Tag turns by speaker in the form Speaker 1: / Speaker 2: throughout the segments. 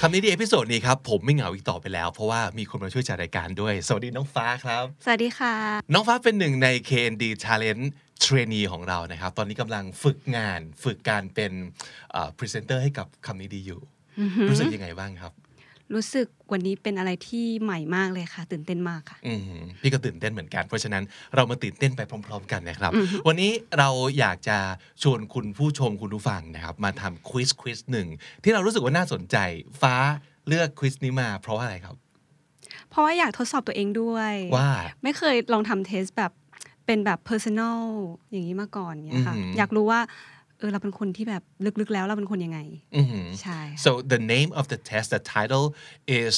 Speaker 1: คำนี้ดีเอพิโซดนี้ครับ ผมไม่เหงาอีกต่อไปแล้ว เพราะว่ามีคนมาช่วยจัดรายการด้วย สวัสดีน้องฟ้าครับ
Speaker 2: สวัสดีค่ะ
Speaker 1: น้องฟ้าเป็นหนึ่งใน KND Talent Trainee ของเรานะครับ ตอนนี้กำลังฝึกงานฝึกการเป็นพรีเซนเตอร์ให้กับคำนี้ดีอยู่ รู้สึกยังไงบ้างครับ
Speaker 2: รู้สึกวันนี้เป็นอะไรที่ใหม่มากเลยค่ะ ตื่นเต้นมากค่ะ
Speaker 1: อืมพี่ก็ตื่นเต้นเหมือนกัน เพราะฉะนั้นเรามาตื่นเต้นไปพร้อม ๆ กันนะครับ วันนี้เราอยากจะชวนคุณผู้ชมคุณผู้ฟังนะครับ มาทำควิสควิสหนึ่งที่เรารู้สึกว่าน่าสนใจ ฟ้าเลือกควิสนี้มา เพราะอะไรครับ
Speaker 2: เพราะว่าอยากทดสอบตัวเองด้วย
Speaker 1: ว่า
Speaker 2: ไม่เคยลองทำเทสแบบเป็นแบบ personal อย่างนี้มาก่อนเนี่ยค่ะ
Speaker 1: อือหืออ
Speaker 2: อยากรู้ว่า เออเราเป็นคนที่แบบลึกๆแล้วเราเป็นคนยังไง
Speaker 1: อือหือ
Speaker 2: ใช่ค่ะ
Speaker 1: So the name of the test, the title is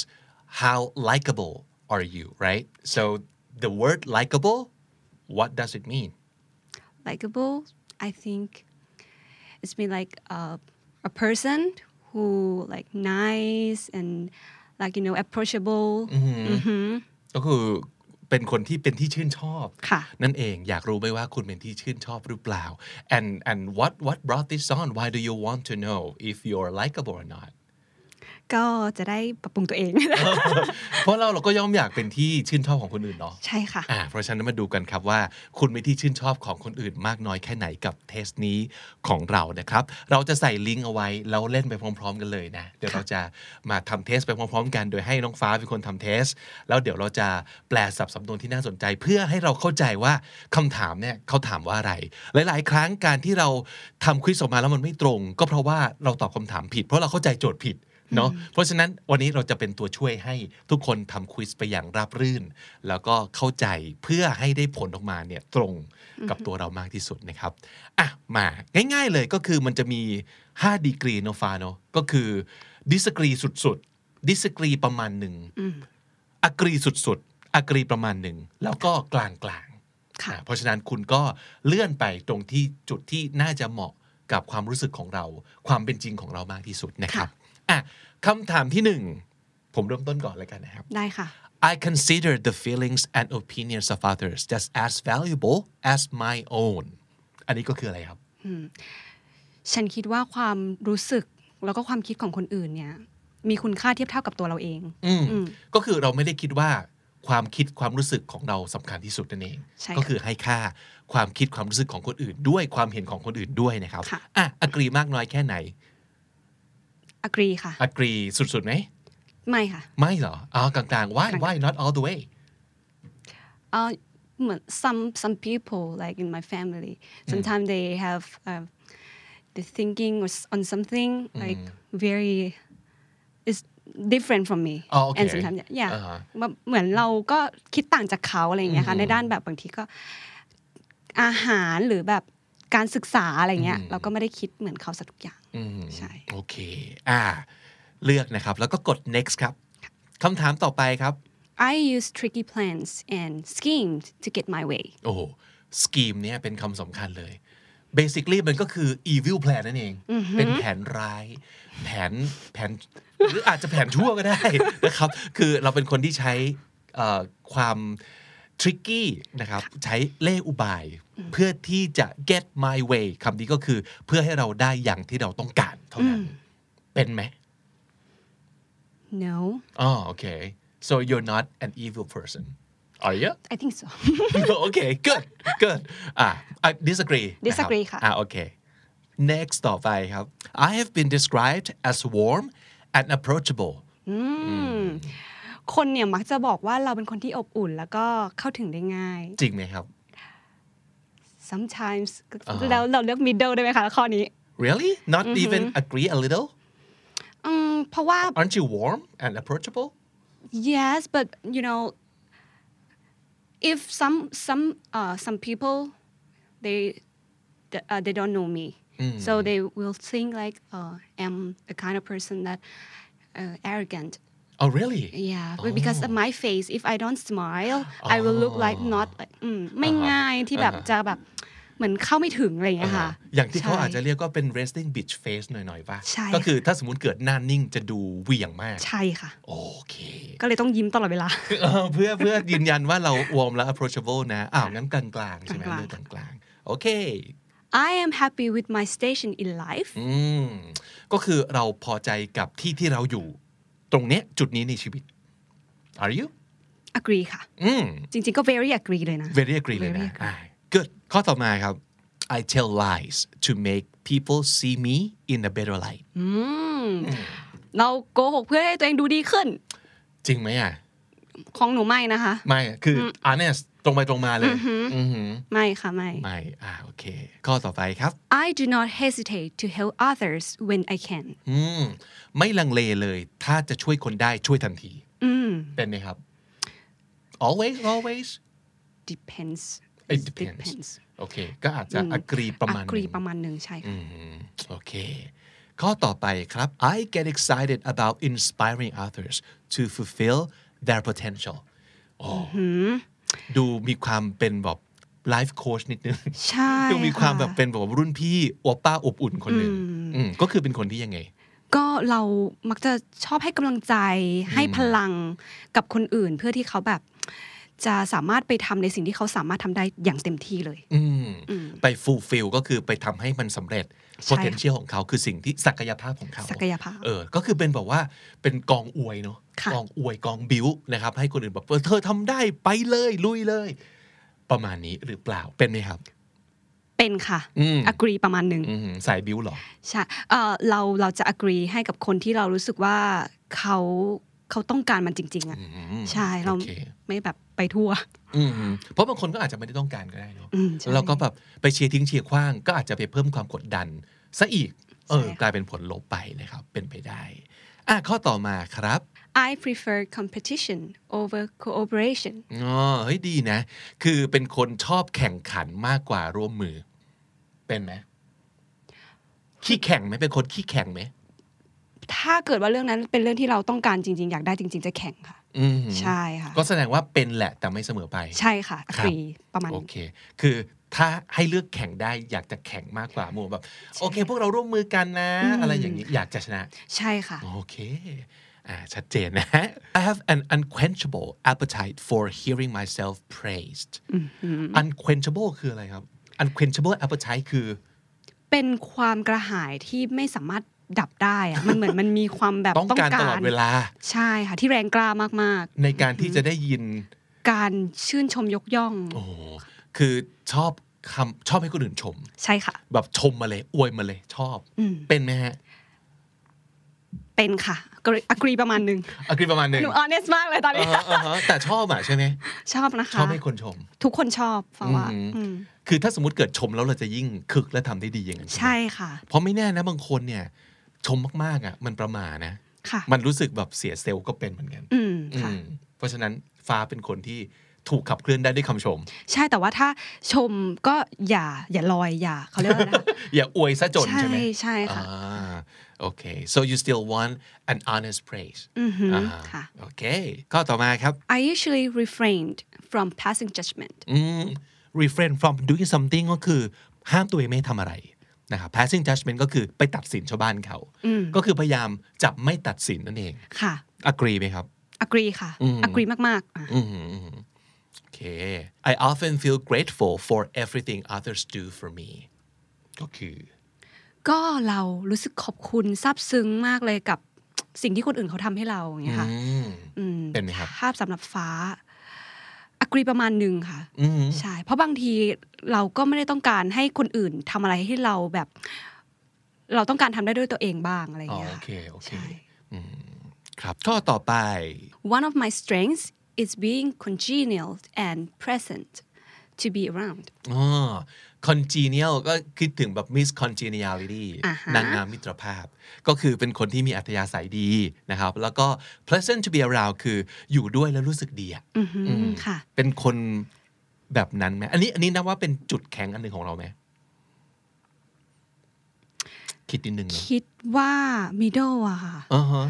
Speaker 1: How Likeable Are You, right? So the word likable, what does it mean?
Speaker 2: likable I think it's been like a a person who like nice and like you know approachable
Speaker 1: ก็คือเป็นคนที่เป็นที่ชื่นชอบ
Speaker 2: ค่ะ
Speaker 1: นั่นเองอยากรู้ไหมว่าคุณเป็นที่ชื่นชอบหรือเปล่า and and what what brought this on why do you want to know if you're likable or not
Speaker 2: ก็จะได้ปรับปรุงตัวเอง
Speaker 1: เพราะเราเราก็ย่อมอยากเป็นที่ชื่นชอบของคนอื่นเนาะ
Speaker 2: ใช่ค่ะ
Speaker 1: อ่าเพราะฉะนั้นมาดูกันครับว่า คุณมีที่ชื่นชอบของคนอื่นมากน้อยแค่ไหนกับเทสนี้ของเรานะครับ เราจะใส่ลิงก์เอาไว้แล้วเล่นไปพร้อม ๆ กันเลยนะ เดี๋ยวเราจะมาทำเทสไปพร้อม ๆ กันโดยให้น้องฟ้าเป็นคนทำเทส แล้วเดี๋ยวเราจะแปลสับสำนวนที่น่าสนใจ เพื่อให้เราเข้าใจว่าคำถามเนี่ยเขาถามว่าอะไร หลาย ๆ ครั้งการที่เราทำควิสออกมาแล้วมันไม่ตรง ก็เพราะว่าเราตอบคำถามผิด เพราะเราเข้าใจโจทย์ผิด เนาะเพราะฉะนั้นวันนี้เราจะเป็นตัวช่วยให้ทุกคนทำควิสไปอย่างราบรื่น แล้วก็เข้าใจเพื่อให้ได้ผลออกมาเนี่ยตรงกับตัวเรามากที่สุดนะครับอ่ะมาง่ายๆเลยก็คือมันจะมี 5 ดีกรีเนอะฟ้าเนาะก็คือดิสกรีสุดๆดิสกรีประมาณหนึ่งอักรีสุดๆอักรีประมาณหนึ่งแล้วก็กลางๆ
Speaker 2: ค่ะ
Speaker 1: อ่าเพราะฉะนั้นคุณก็เลื่อนไปตรงที่จุดที่น่าจะเหมาะกับความรู้สึกของเรา ความเป็นจริงของเรามากที่สุดนะครับอ่ะคำถามที่หนึ่งผมเริ่มต้นก่อนเลยกันนะครับ
Speaker 2: ได้ค่ะ
Speaker 1: I consider the feelings and opinions of others just as valuable as my own อันนี้ก็คืออะไรครับ
Speaker 2: ฉันคิดว่าความรู้สึกแล้วก็ความคิดของคนอื่นเนี่ย มีคุณค่าเทียบเท่ากับตัวเราเอง
Speaker 1: อืมก็คือเราไม่ได้คิดว่าความคิดความรู้สึกของเราสำคัญที่สุดนั่นเอง
Speaker 2: ใช่ค่ะ
Speaker 1: ก็คือให้ค่าความคิดความรู้สึกของคนอื่น ด้วยความเห็นของคนอื่นด้วยนะครับ
Speaker 2: ค่ะ
Speaker 1: อ่ะอกรีมากน้อยแค่ไหน
Speaker 2: agree ค่ะ
Speaker 1: อกรีสุดๆไหม
Speaker 2: ไม่ค่ะ
Speaker 1: ไม่เหรออ๋อกลางๆ why
Speaker 2: กลางๆ
Speaker 1: why not all the way
Speaker 2: เอ่อเหมือน some some people like in my family sometimes they have um, the thinking or s- on something like very is different from me
Speaker 1: อ๋อโอเค
Speaker 2: and sometimes yeah
Speaker 1: อ่าฮะ
Speaker 2: แบบเหมือนเราก็คิดต่างจากเขาอะไรอย่างเงี้ยค่ะ ในด้านแบบบางทีก็อาหารหรือแบบการศึกษาอะไรเงี้ย เราก็ไม่ได้คิดเหมือนเขาสักทุกอย่าง
Speaker 1: อืม
Speaker 2: ใช่
Speaker 1: โอเค อ่า เลือกนะครับ แล้วก็กด next ครับคำถามต่อไปครับ
Speaker 2: I use tricky plans and schemes to get my way
Speaker 1: โอ้โห scheme เนี่ยเป็นคำสำคัญเลย basically มันก็คือ evil plan นั่นเอง เป็นแผนร้าย แผน แผน หรืออาจจะแผนชั่วก็ได้ นะครับ คือเราเป็นคนที่ใช้เอ่อความ tricky นะครับ ใช้เล่ห์อุบาย เพื่อที่จะ get my way คำนี้ก็คือเพื่อให้เราได้อย่างที่เราต้องการเท่านั้น เป็นไหม
Speaker 2: No
Speaker 1: อ๋อโอเค so you're not an evil person are you
Speaker 2: I think so
Speaker 1: โอเค good good อ่ะ I disagree นรับ
Speaker 2: Disagree ค่ะ
Speaker 1: อ่ะโอเค next ต่อไปครับ I have been described as warm and approachable
Speaker 2: คนเนี่ยมักจะบอกว่าเราเป็นคนที่อบอุ่น แล้วก็เข้าถึงได้ง่าย
Speaker 1: จริงไหมครับ
Speaker 2: sometimes
Speaker 1: อ่าฮะ
Speaker 2: แล้วเราเลือก middle ได้ไหมคะข้อนี้
Speaker 1: really not even agree a little
Speaker 2: อืมเพราะว่า
Speaker 1: aren't you warm and approachable
Speaker 2: yes but you know if some some uh, some people they the- uh, they don't know me so they will think like uh, I'm the kind of person that uh, arrogant
Speaker 1: Oh, really?
Speaker 2: yeah but because of my face if I don't smile I will look like not like อืมไม่ง่ายที่แบบจะแบบเหมือนเข้าไม่ถึงอะไรอย่างเงี้ยค่ะ
Speaker 1: อย่างที่เขาอาจจะ
Speaker 2: ใช่
Speaker 1: เรียกว่าเป็น resting bitch face หน่อยๆป่ะ
Speaker 2: ใช่
Speaker 1: ก็คือถ้าสมมติเกิดหน้านิ่งจะดูเหวี่ยงมาก
Speaker 2: ใช่ค่ะ
Speaker 1: โอเค
Speaker 2: ก็เลยต้องยิ้มตลอดเวลา
Speaker 1: เออเพื่อเพื่อยืนยันว่าเรา warm และ approachable นะ อ้าวงั้นกลางๆ ใช่ไหม
Speaker 2: กลางๆ
Speaker 1: เลือกกลางๆ โอเค
Speaker 2: I am happy with my station in life
Speaker 1: อืม ก็คือเราพอใจกับที่ที่เราอยู่ ตรงเนี้ยจุดนี้ในชีวิต are you
Speaker 2: agree ค่ะ
Speaker 1: อืม
Speaker 2: จริงๆก็ very agree เลยนะ
Speaker 1: very agree เลยนะ good ข้อต่อมาครับ I tell lies to make people see me in a better light
Speaker 2: อืมเราโกหกเพื่อให้ตัวเองดูดีขึ้น
Speaker 1: จริงไหมอ่ะ
Speaker 2: ของหนูไม่นะคะ
Speaker 1: ไม่อะคืออ honest ตรงไปตรงมาเลยอือหือ
Speaker 2: ไม่ค่ะไม่
Speaker 1: ไม่ อ่า โอเค ข้อต่อไปครับ
Speaker 2: I do not hesitate to help others when I can
Speaker 1: อืม ไม่ลังเลเลย ถ้าจะช่วยคนได้ช่วยทันที
Speaker 2: อืม
Speaker 1: เป็นไหมครับ always always
Speaker 2: depends
Speaker 1: it depends โอเค ก็อาจจะอักรีประมาณหนึ่ง
Speaker 2: agree ประมาณหนึ่งใช่ค่ะ
Speaker 1: อืมโอเค ข้อต่อไปครับ I get excited about inspiring others to fulfill their potential โอ้ดูมีความเป็นแบบไลฟ์โค้ชนิดนึง
Speaker 2: ใช่
Speaker 1: ดูมีความแบบ
Speaker 2: ะ
Speaker 1: เป็นแบบรุ่นพี่โอป้าอบอุ่นคนหนึ่งอืมก็คือเป็นคนที่ยังไง
Speaker 2: ก็เรามักจะชอบให้กำลังใจให้พลังกับคนอื่นเพื่อที่เขาแบบ จะสามารถไปทำในสิ่งที่เขาสามารถทำได้อย่างเต็มที่เลย
Speaker 1: อืม ไป fulfill ก็คือไปทำให้มันสำเร็จ potential ของเขาคือสิ่งที่ศักยภาพของเขา
Speaker 2: ศักยภาพ
Speaker 1: เออ ก็คือเป็นแบบว่าเป็นกองอวยเนาะ
Speaker 2: ค่ะ
Speaker 1: กองอวยกองบิ้วนะครับ ให้คนอื่นแบบเออเธอทำได้ไปเลยลุยเลย ประมาณนี้หรือเปล่า เป็นไหมครับ
Speaker 2: เป็นค่ะ
Speaker 1: อืม
Speaker 2: agree ประมาณหนึ่ง
Speaker 1: อืมสายบิ้วเหรอ
Speaker 2: ใช่เอ่อเราเราจะ agree ให้กับคนที่เรารู้สึกว่าเขาเขาต้องการมันจริง ๆ อ่ะ
Speaker 1: อืม
Speaker 2: ใช่เรา
Speaker 1: โอเค
Speaker 2: ไม่แบบไปทั่ว
Speaker 1: อืมเพราะบางคนก็อาจจะไม่ได้ต้องการก็ได้เนาะ
Speaker 2: อืมใช่
Speaker 1: แล้วเราก็แบบไปเชียร์ทิ้งเชียร์ขว้าง ก็อาจจะไปเพิ่มความกดดันซะอีก เออ
Speaker 2: ใช่ค่ะ
Speaker 1: กลายเป็นผลลบไปนะครับ เป็นไปได้ อ่ะข้อต่อมาครับ
Speaker 2: I prefer competition over cooperation
Speaker 1: อ๋อเฮ้ยดีนะ คือเป็นคนชอบแข่งขันมากกว่าร่วมมือ เป็นไหมขี้แข่งไหมเป็นคนขี้แข่งไหม
Speaker 2: ถ้าเกิดว่าเรื่องนั้นเป็นเรื่องที่เราต้องการจริง ๆ อยากได้จริง ๆ จะแข่งค่ะ
Speaker 1: อืม
Speaker 2: ใช่ค่ะ
Speaker 1: ก็แสดงว่าเป็นแหละแต่ไม่เสมอไป
Speaker 2: ใช่ค่ะ
Speaker 1: ครับ
Speaker 2: agree ประมาณ
Speaker 1: โอ
Speaker 2: นั้น
Speaker 1: เค คือถ้าให้เลือกแข่งได้อยากจะแข่งมากกว่าหมัวแบบ โอเค พวกเราร่วมมือกันนะ
Speaker 2: อืม
Speaker 1: อะไรอย่างนี้อยากจะชนะ
Speaker 2: ใช่ค่ะ
Speaker 1: โอเค อ่า ชัดเจนนะ I have an unquenchable appetite for hearing myself praised unquenchable คืออะไรครับ unquenchable appetite คือ
Speaker 2: เป็นความกระหายที่ไม่สามารถดับได้ อะมันเหมือนมันมีความแบบ
Speaker 1: ต้องการตลอดเวลา
Speaker 2: ใช่ค่ะ ที่แรงกล้ามาก
Speaker 1: ในการที่จะได้ยิน
Speaker 2: ๆ การชื่นชมยกย่อง
Speaker 1: โอ้โหคือชอบคำชอบให้คนอื่นชม
Speaker 2: ใช่ค่ะ
Speaker 1: แบบชมมาเลย อวยมาเลยชอบ
Speaker 2: อืม
Speaker 1: เป็นไหมฮะ
Speaker 2: เป็นค่ะก็เลย agree ประมาณหนึ่ง
Speaker 1: อากรีประมาณหนึ่ง
Speaker 2: หนู honest มากเลยตอนนี้
Speaker 1: อ่าฮะอ่าฮะแต่ชอบอ่ะใช่ไหม
Speaker 2: ชอบนะคะ
Speaker 1: ชอบให้คนชม
Speaker 2: ทุกคนชอบเพราะว่า
Speaker 1: อืม
Speaker 2: อืม
Speaker 1: คือถ้าสมมติเกิดชมแล้วเราจะยิ่งคึกและทำได้ดีอย่างนั้นไหม
Speaker 2: ใช่ค่ะ
Speaker 1: เพราะไม่แน่นะบางคนเนี่ย ชมมากๆอ่ะ มันประมาทนะ
Speaker 2: ค่ะ
Speaker 1: มันรู้สึกแบบเสียเซลล์ก็เป็นเหมือนกัน
Speaker 2: อืมค่ะ
Speaker 1: อืมเพราะฉะนั้นฟ้าเป็นคนที่ถูกขับเคลื่อนได้ด้วยคำชม
Speaker 2: ใช่แต่ว่าถ้าชมก็อย่าอย่าลอยอย่าเขาเรียกว่าอะไรนะ
Speaker 1: อย่าอวยซะ จนใช่ไหม
Speaker 2: ใช่ค่ะ
Speaker 1: Ah, okay so you still want an honest praise
Speaker 2: อือหือ
Speaker 1: อ่าฮะ
Speaker 2: ค่ะ
Speaker 1: โอเคข้อต่อมาครับ
Speaker 2: I usually refrained from passing judgment
Speaker 1: อืม refrain from doing something ก็คือห้ามตัวเองไม่ให้ทำอะไรนะครับ passing judgment ก็คือไปตัดสินชาวบ้านเขา ก็คือพยายามจับไม่ตัดสินนั่นเอง
Speaker 2: ค่ะ
Speaker 1: agree ไหมครับ
Speaker 2: agree ค่ะ
Speaker 1: อืม
Speaker 2: agree มากๆอ่ะ
Speaker 1: อืมอืมอืมโอเค I often feel grateful for everything others do for me ก็คือ
Speaker 2: ก็เรารู้สึกขอบคุณซาบซึ้งมากเลยกับสิ่งที่คนอื่นเขาทำให้เราอย่างเงี้ยค่ะ
Speaker 1: อืม
Speaker 2: อืม
Speaker 1: เป็นไหมครับ
Speaker 2: ภาพสำหรับฟ้า agree ประมาณหนึ่งค่ะ
Speaker 1: อืม
Speaker 2: ใช่ เพราะบางทีเราก็ไม่ได้ต้องการให้คนอื่นทำอะไรให้เราแบบ เราต้องการทำได้ด้วยตัวเองบ้างอะไรอย่างเงี้ย
Speaker 1: อ๋อ
Speaker 2: ค่ะ
Speaker 1: โอเคโอเค
Speaker 2: ใช่
Speaker 1: ครับ ข้อต่อไป
Speaker 2: One of my strengths is being congenial and present to be around
Speaker 1: อ๋อ congenial ก็คิดถึงแบบ miss congeniality
Speaker 2: อ่าฮะ
Speaker 1: นางงามมิตรภาพ ก็คือเป็นคนที่มีอัธยาศัยดีนะครับ แล้วก็ pleasant to be around คืออยู่ด้วยแล้วรู้สึกดีอะ
Speaker 2: อือหืออค่ะ
Speaker 1: เป็นคนแบบนั้นไหมอันนี้อันนี้นับว่าเป็นจุดแข็งอันหนึ่งของเราไหมคิดนิดนึงเนอะ
Speaker 2: คิดว่า middle อะค่ะ
Speaker 1: อ่าฮะ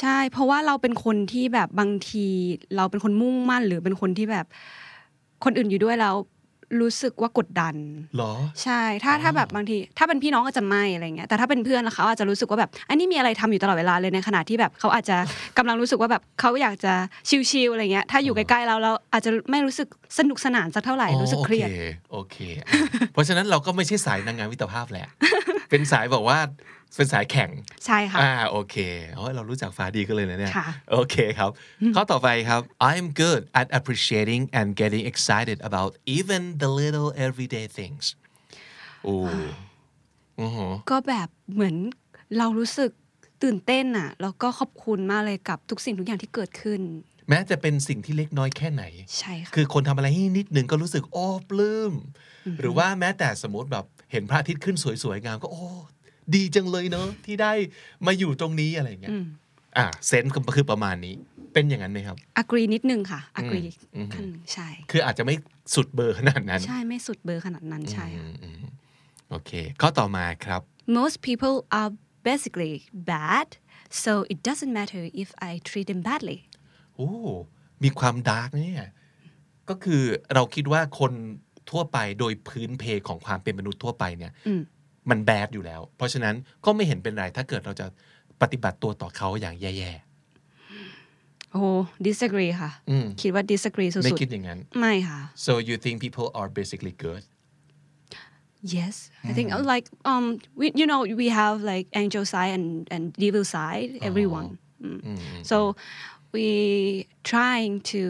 Speaker 2: ใช่ เพราะว่าเราเป็นคนที่แบบบางที เราเป็นคนมุ่งมั่น หรือเป็นคนที่แบบคนอื่นอยู่ด้วยแล้วรู้สึกว่ากดดัน
Speaker 1: หรอ
Speaker 2: ใช่ ถ้าถ้าแบบบางที ถ้าเป็นพี่น้องก็จะไม่อะไรเงี้ย แต่ถ้าเป็นเพื่อนนะคะอาจจะรู้สึกว่าแบบ อันนี้มีอะไรทำอยู่ตลอดเวลาเลยในขณะที่แบบเขาอาจจะ กำลังรู้สึกว่าแบบเขาอยากจะชิลๆอะไรเงี้ย ถ้าอยู่ใกล้ๆเราเราอาจจะไม่รู้สึกสนุกสนานสักเท่าไหร่
Speaker 1: อ๋อ
Speaker 2: รู้สึกเครียด
Speaker 1: โอเคโอเคอ่ะเพราะฉะนั้นเราก็ไม่ใช่สายนางงามมิตรภาพแหละ เป็นสายแบอกว่าเป็นสายแข่ง
Speaker 2: ใช่ค่ะ
Speaker 1: อ่าโอเคเอ้ยเรารู้จักฟ้าดีกันเลยนะเนี่ย
Speaker 2: ค่ะ
Speaker 1: โอเคครับ ข้อต่อไปครับ I'm good at appreciating and getting excited about even the little everyday things โอ้อือหือ
Speaker 2: ก็แบบเหมือนเรารู้สึกตื่นเต้นอะแล้วก็ขอบคุณมากเลยกับทุกสิ่งทุกอย่างที่เกิดขึ้น
Speaker 1: แม้จะเป็นสิ่งที่เล็กน้อยแค่ไหน
Speaker 2: ใช่ค่ะ
Speaker 1: คือคนทำอะไรให้นิดนึงก็รู้สึกโอ้ปลื้ม หรือว่าแม้แต่สมมติแบบเห็นพระอาทิตย์ขึ้นสวยๆงามก็โอ้ดีจังเลยเนอะที่ได้มาอยู่ตรงนี้อะไรอย่างเงี้ย
Speaker 2: อืม
Speaker 1: อ่าเซนส์ก็คือประมาณนี้ เป็นอย่างนั้นไหมครับ
Speaker 2: อักรีนิดนึงค่ะอักรี
Speaker 1: อืม
Speaker 2: ขั้นหนึ่งใช่
Speaker 1: คืออาจจะไม่สุดเบอร์ขนาดนั้น
Speaker 2: ใช่ไม่สุดเบอร์ขนาดนั้นใช่
Speaker 1: อื
Speaker 2: ค่ะ
Speaker 1: มอืมโอเค ข้อต่อมาครับ
Speaker 2: most people are basically bad so it doesn't matter if I treat them badly
Speaker 1: โอ้มีความดาร์กนะเนี่ย ก็คือเราคิดว่าคนทั่วไปโดยพื้นเพของความเป็นมนุษย์ทั่วไปเนี่ย
Speaker 2: อืม
Speaker 1: มันแบดอยู่แล้ว เพราะฉะนั้นก็ไม่เห็นเป็นไร ถ้าเกิดเราจะปฏิบัติตัวต่อเขาอย่างแย่
Speaker 2: โอ้ disagree ค่ะ
Speaker 1: ๆอืม
Speaker 2: คิดว่า disagree สุ
Speaker 1: ไม่
Speaker 2: ด
Speaker 1: คิดอย่างนั้น
Speaker 2: ๆ ไม่ค่ะ
Speaker 1: so you think people are basically good
Speaker 2: yes I think uh, like um we you know we have like angel side and and devil side everyone ม
Speaker 1: อืม
Speaker 2: so we trying to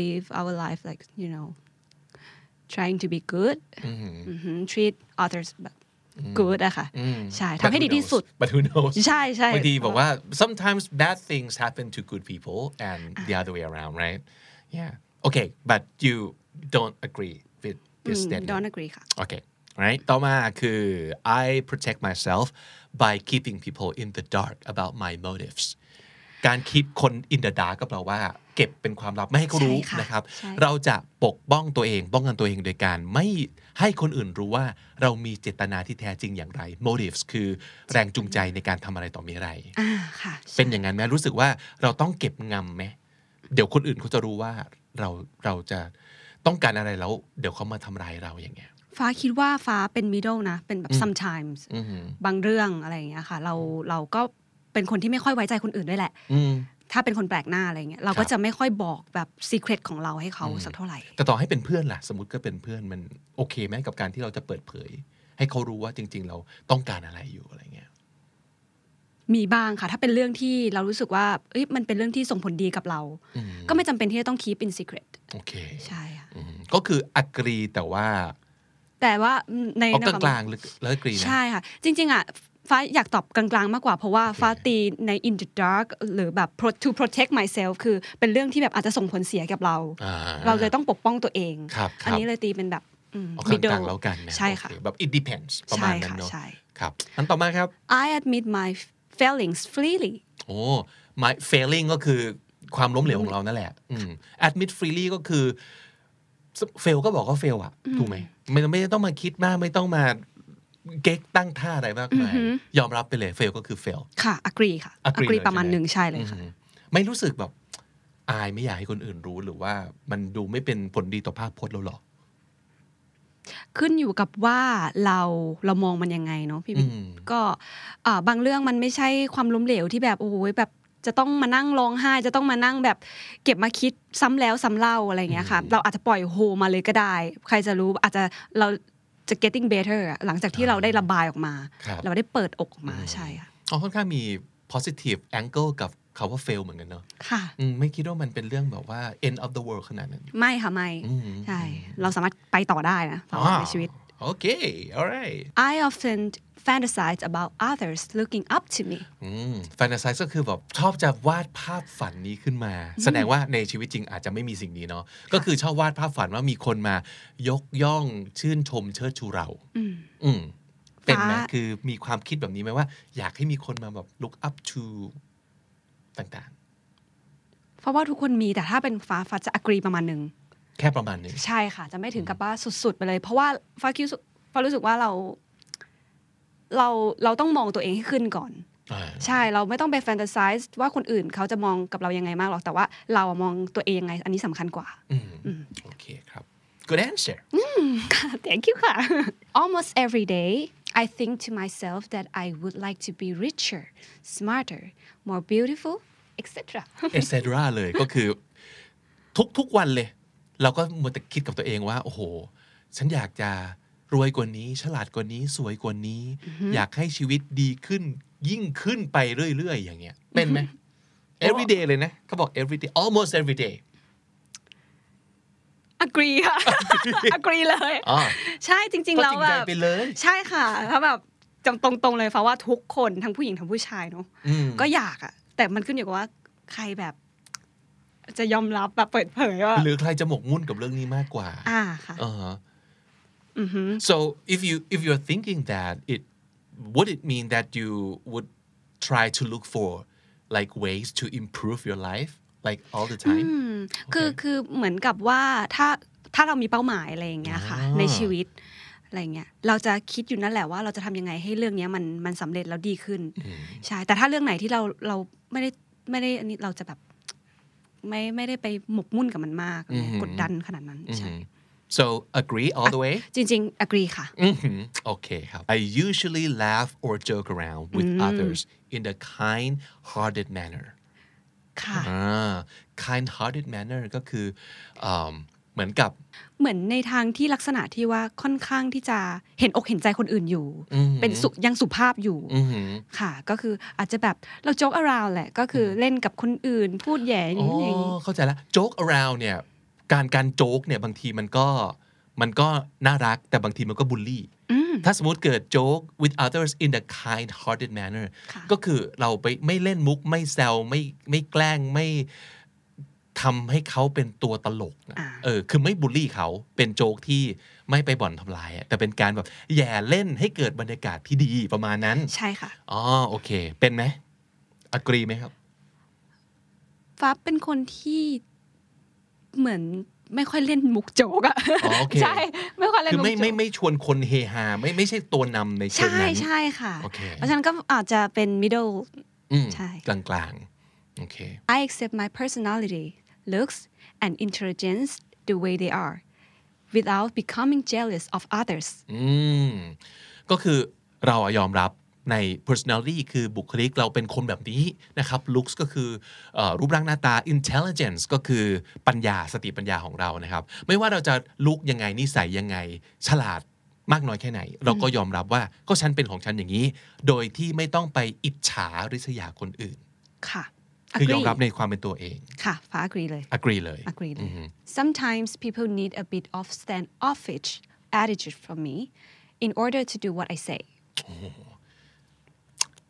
Speaker 2: live our life like you know trying to be good
Speaker 1: อืม
Speaker 2: อือหือ treat others แบบ good อะค่ะ
Speaker 1: อืม
Speaker 2: ใช่ทำให้ดีที่สุด
Speaker 1: but who knows
Speaker 2: ใช่ใช่
Speaker 1: บางทีบอกว่า sometimes bad things happen to good people and the other way around right yeah okay but you don't agree with this
Speaker 2: อืม
Speaker 1: statement
Speaker 2: don't agree ค่ะ
Speaker 1: okay right ต่อมาคือ I protect myself by keeping people in the dark about my motives การ keep คน in the dark ก็แปลว่า เก็บเป็นความลับไม่ให้เขารู้
Speaker 2: ใช่ค่ะ
Speaker 1: นะครับ
Speaker 2: ใช่
Speaker 1: เราจะปกป้องตัวเอง ป้องกันตัวเองโดยการไม่ให้คนอื่นรู้ว่าเรามีเจตนาที่แท้จริงอย่างไร motives คือแรงจูงใจในการทำอะไรต่อมีอะไร
Speaker 2: อ่าค่ะใช่
Speaker 1: เป็นอย่างนั้นไหมรู้สึกว่าเราต้องเก็บงำไหมเดี๋ยวคนอื่นเขาจะรู้ว่าเราเราจะต้องการอะไรแล้ว เดี๋ยวเขามาทำร้ายเราอย่างเงี้ย
Speaker 2: ฟ้าคิดว่าฟ้าเป็น middle นะ เป็นแบบ sometimes
Speaker 1: อือหือบ
Speaker 2: างเรื่องอะไรอย่างเงี้ยค่ะ เราเราก็เป็นคนที่ไม่ค่อยไว้ใจคนอื่นด้วยแหละ
Speaker 1: อืม
Speaker 2: ถ้าเป็นคนแปลกหน้าอะไรเงี้ยเรา
Speaker 1: ค
Speaker 2: ก็
Speaker 1: รับ
Speaker 2: จะไม่ค่อยบอกแบบ secret ของเราให้เขา
Speaker 1: อืม
Speaker 2: สักเท่าไหร่
Speaker 1: แต่ต่อให้เป็นเพื่อนล่ะ สมมติก็เป็นเพื่อนมันโอเคไหมกับการที่เราจะเปิดเผย ให้เขารู้ว่าจริง ๆ เราต้องการอะไรอยู่อะไรเงี้ย
Speaker 2: มีบ้างค่ะ ถ้าเป็นเรื่องที่เรารู้สึกว่าเอ้ยมันเป็นเรื่องที่ส่งผลดีกับเรา
Speaker 1: อืม
Speaker 2: ก็ไม่จำเป็นที่จะต้อง keep in secret
Speaker 1: โอเค
Speaker 2: ใช่ค่ะ
Speaker 1: อืมก็คืออักรีแต่ว่า
Speaker 2: แต่ว่าใน
Speaker 1: เอา
Speaker 2: ใน
Speaker 1: ก
Speaker 2: ควม
Speaker 1: ลางๆหรือแล้วกรีนะ
Speaker 2: ใช่ค่ะ จริง ๆ อ่ะ ฟ้าอยากตอบกลางๆ มากกว่า เพราะว่าฟ้าตีใน in the dark หรือแบบ pro- to protect myself คือเป็นเรื่องที่แบบอาจจะส่งผลเสียกับเรา
Speaker 1: อ่า
Speaker 2: เราเลยต้องปกป้องตัวเอง
Speaker 1: ครับครับ
Speaker 2: อันี้เลยตีเป็นแบบอืม
Speaker 1: เอากลาง
Speaker 2: middle
Speaker 1: ๆแล้วกันนะ
Speaker 2: ใช่ค่ะ
Speaker 1: โอเแบบ it depends ประมา
Speaker 2: ใช่
Speaker 1: ณนั้น
Speaker 2: ค่ะ
Speaker 1: เนาะ
Speaker 2: ใช่
Speaker 1: ครับอันต่อมาครับ
Speaker 2: I admit my failings freely
Speaker 1: โอ้ my failing ก็คือความล้มเหลวของเรานั่นแหละอืม admit freely ก็คือ fail ก็บอกว่า fail อะถูกไหมไม่ไม่ต้องมาคิดมาก ไม่ต้องมาเก๊กตั้งท่าอะไรมากมาย ยอมรับไปเลย fail ก็คือ fail
Speaker 2: ค่ะ agree ค่ะ
Speaker 1: agree เลยใช่ไหม
Speaker 2: ประมาณหนึ่งใช่เลยค่ะ
Speaker 1: อืมไม่รู้สึกแบบ อายไม่อยากให้คนอื่นรู้หรือว่ามันดูไม่เป็นผลดีต่อภาพพจน์เราหรอ
Speaker 2: ขึ้นอยู่กับว่าเราเรามองมันยังไงเนาะพี่บิ๊ก
Speaker 1: อืม
Speaker 2: ก็อ่าบางเรื่องมันไม่ใช่ความล้มเหลวที่แบบโอ้ยแบบจะต้องมานั่งร้องไห้ จะต้องมานั่งแบบเก็บมาคิดซ้ำแล้วซ้ำเล่าอะไรอย่างเงี้ยค่ะ
Speaker 1: อืม
Speaker 2: เราอาจจะปล่อยโฮมาเลยก็ได้ ใครจะรู้อาจจะเราจะ getting better อะหลังจากที่เราได้ระบายออกมา
Speaker 1: ครับ
Speaker 2: เราได้เปิดอกออกมา
Speaker 1: อืม
Speaker 2: ใช่ค่ะ
Speaker 1: อ๋อค่อนข้างมี positive angle กับคาว่า fail เหมือนกันเนอะ
Speaker 2: ค่ะ
Speaker 1: อืมไม่คิดว่ามันเป็นเรื่องแบบว่า end of the world ขนาดนั้น
Speaker 2: ไม่ค่ะไม่
Speaker 1: อืม
Speaker 2: ใช่ เราสามารถไปต่อได้นะต่อในชีวิต
Speaker 1: โอเค alright
Speaker 2: I often fantasize about others looking up to me
Speaker 1: แฟนตาซีก็คือแบบชอบจะวาดภาพฝันนี้ขึ้นมา แสดงว่าในชีวิตจริงอาจจะไม่มีสิ่งนี้เนาะก็คือชอบวาดภาพฝันว่ามีคนมายกย่องชื่นชมเชิดชูเรา
Speaker 2: อืม
Speaker 1: อืมเป็นไหม
Speaker 2: ฟ้า
Speaker 1: คือมีความคิดแบบนี้ไหมว่า อยากให้มีคนมาแบบ look up to ต่าง
Speaker 2: เพราะว่าทุกคนมีแต่ถ้าเป็นฟ้าฟ้าจะอกรีประมาณหนึ่ง
Speaker 1: ๆ แค่ประมาณหนึง
Speaker 2: ใช่ค่ะ จะไม่ถึงกับว่าสุด ๆ ไปเลย เพราะว่าฟ้าคิดว่าฟ้ารู้สึกว่าเรา เราเราต้องมองตัวเองให้ขึ้นก่อน
Speaker 1: อ่า
Speaker 2: ใช่เราไม่ต้องไปแฟนตาไซส์ว่าคนอื่นเขาจะมองกับเรายังไงมากหรอกแต่ว่าเราอะมองตัวเองยังไง อันนี้สำคัญกว่า
Speaker 1: อืมโอเคครับ good answer
Speaker 2: Thank you ค่ะ Almost every day I think to myself that I would like to be richer smarter more beautiful etc
Speaker 1: etc เลยก็คือ ทุกทุกวันเลย เราก็มัวแต่คิดกับตัวเองว่า โอ้โห ฉันอยากจะรวยกว่านี้ ฉลาดกว่านี้สวยกว่านี้ อยากให้ชีวิตดีขึ้น ยิ่งขึ้นไปเรื่อย ๆ อย่างเงี้ย เป็นไหม every day เลยนะเขาบอก every day almost every day
Speaker 2: agree ค่ะ agree เลย
Speaker 1: อ๋อ
Speaker 2: ใช่จริง ๆ แล้ว
Speaker 1: ก็จริง
Speaker 2: แบ
Speaker 1: ใจ
Speaker 2: บ
Speaker 1: ไปเลย
Speaker 2: ใช่ค่ะแล้วแบบจำตรงๆเลยฟ้าว่าทุกคนทั้งผู้หญิงทั้งผู้ชายเนาะ
Speaker 1: อืม
Speaker 2: ก็อยากอะแต่มันขึ้นอยู่กับว่าใครแบบ จะยอมรับแบบเปิดเผยว่า
Speaker 1: หรือใครจะหมกมุ่นกับเรื่องนี้มากกว่า
Speaker 2: อ่าค่ะ
Speaker 1: อ่าฮะ
Speaker 2: อือฮึ
Speaker 1: Uh-huh. so if you if you're thinking that it would it mean that you would try to look for like ways to improve your life like all the time
Speaker 2: อืมคือคือเหมือนกับว่าถ้าถ้าเรามีเป้าหมายอะไรอย่างเงี้ยค่ะ
Speaker 1: อ่า
Speaker 2: ในชีวิตอะไรอย่างเงี้ยเราจะคิดอยู่นั่นแหละว่าเราจะทำยังไงให้เรื่องเนี้ยมันมันสำเร็จแล้วดีขึ้น
Speaker 1: อืม
Speaker 2: ใช่ แต่ถ้าเรื่องไหนที่เราเราไม่ได้ไม่ได้อันนี้เราจะแบบไม่ไม่ได้ไปหมกมุ่นกับมันมากอะไรเงี้
Speaker 1: อืม
Speaker 2: ยกดดันขนาดนั้นใช่
Speaker 1: Mhm. So agree all the way?
Speaker 2: จริง ๆ agree ค่ะ
Speaker 1: Mhm. Okay. ครับ I usually laugh or joke around with others in a kind-hearted manner.
Speaker 2: ค่ะ
Speaker 1: อ่า kind-hearted manner ก็คืออืมเหมือนกับ
Speaker 2: เหมือนในทางที่ลักษณะที่ว่าค่อนข้างที่จะเห็นอกเห็นใจคนอื่นอยู่ เป็นสุยังสุภาพอยู่
Speaker 1: อื้อหือ
Speaker 2: ค่ะก็คืออาจจะแบบเราโจ๊ก around แหละ ก็คือเล่นกับคนอื่นพูดแหย่อย่าง
Speaker 1: อ๋อ
Speaker 2: นี้อย่างนี้
Speaker 1: เข้าใจแล้วโจ๊ก around เนี่ยการการโจ๊กเนี่ยบางทีมันก็มันก็น่ารักแต่บางทีมันก็บูลลี่ ถ้าสมมติเกิดโจ๊ก with others in the kind hearted manner
Speaker 2: ค่ะ
Speaker 1: ก็คือเราไปไม่เล่นมุกไม่แซวไม่ไม่แกล้งไม่ทำให้เขาเป็นตัวตลกนะ
Speaker 2: อ่า
Speaker 1: เออคือไม่บูลลี่เขาเป็นโจ๊กที่ไม่ไปบ่อนทำลายอะแต่เป็นการแบบแหย่เล่นให้เกิดบรรยากาศที่ดีประมาณนั้น
Speaker 2: ใช่ค่ะ
Speaker 1: อ๋อโอเค เป็นไหมอกรีไหมครับ
Speaker 2: ฟ้าเป็นคนที่เหมือนไม่ค่อยเล่นมุกโจ๊กอะ
Speaker 1: อ๋อโอเค
Speaker 2: ใช่ ไม่ค่อยเล่น
Speaker 1: คือ
Speaker 2: มุก
Speaker 1: ไม่
Speaker 2: โจ๊
Speaker 1: ไม่
Speaker 2: ก
Speaker 1: ไม่ชวนคนเฮฮาไม่ไม่ใช่ตัวนำในเชิง
Speaker 2: ใช่
Speaker 1: นั้น
Speaker 2: ใช่ค่ะ
Speaker 1: โอเค
Speaker 2: เพราะฉะนั้นก็อาจจะเป็น middle
Speaker 1: อืม
Speaker 2: ใช่
Speaker 1: กลางกลางๆโอเค
Speaker 2: I accept my personality looks and intelligence the way they are without becoming jealous of others
Speaker 1: อืมก็คือเราอะยอมรับใน personality คือบุคลิกเราเป็นคนแบบนี้นะครับ looks ก็คือเออรูปร่างหน้าตา intelligence ก็คือปัญญาสติปัญญาของเรานะครับ ไม่ว่าเราจะลุกยังไงนิสัยยังไง ฉลาดมากน้อยแค่ไหน เราก็ยอมรับว่าก็ฉันเป็นของฉันอย่างนี้ โดยที่ไม่ต้องไปอิจฉาริษยาคนอื่น
Speaker 2: ค่ะ
Speaker 1: คือยอม
Speaker 2: Agree
Speaker 1: รับในความเป็นตัวเอง
Speaker 2: ค่ะ ฟ้า agree เลย
Speaker 1: agree เลย
Speaker 2: Agree เลย
Speaker 1: อือฮึ
Speaker 2: Sometimes people need a bit of standoffish attitude from me in order to do what I say.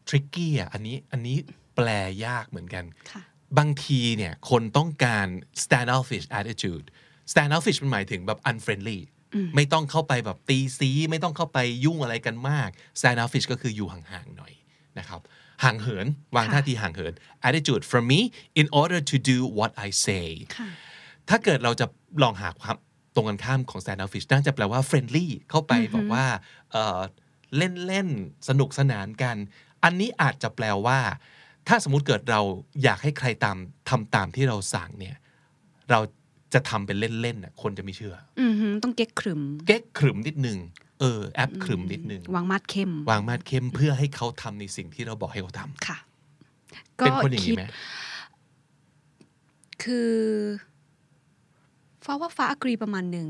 Speaker 1: ทริกกี้อ่ะอันนี้อันนี้แปลยากเหมือนกัน
Speaker 2: ค่ะ
Speaker 1: บางทีเนี่ยคนต้องการ standoffish attitude standoffish มันหมายถึงแบบ unfriendly ไม่ต้องเข้าไปแบบตีซี ไม่ต้องเข้าไปยุ่งอะไรกันมาก standoffish ก็คืออยู่ห่างๆหน่อยนะครับห่างเหิน วางท่าทีห่างเหิน attitude from me in order to do what I say ถ้าเกิดเราจะลองหาความตรงกันข้ามของ standoffish น่าจะแปลว่า friendly เข้าไปบอกว่าเอ่อเล่นเล่นๆสนุกสนานกัน อันนี้อาจจะแปลว่า ถ้าสมมุติเกิดเราอยากให้ใครตามทำตามที่เราสั่งเนี่ย เราจะทำเป็นเล่นๆน่ะคนจะไม่เชื่อ
Speaker 2: อือหือต้องเก๊กขรึม
Speaker 1: เก๊กขรึมนิดนึง เออ แอปขรึมนิดนึง
Speaker 2: วางมาดเข้ม
Speaker 1: วางมาดเข้มเพื่อให้เขาทำในสิ่งที่เราบอกให้เขาทำ
Speaker 2: ค่ะ
Speaker 1: เป็นคนอย่างนี้ไหม
Speaker 2: คือฟ้าว่าฟ้า agree ประมาณหนึ่ง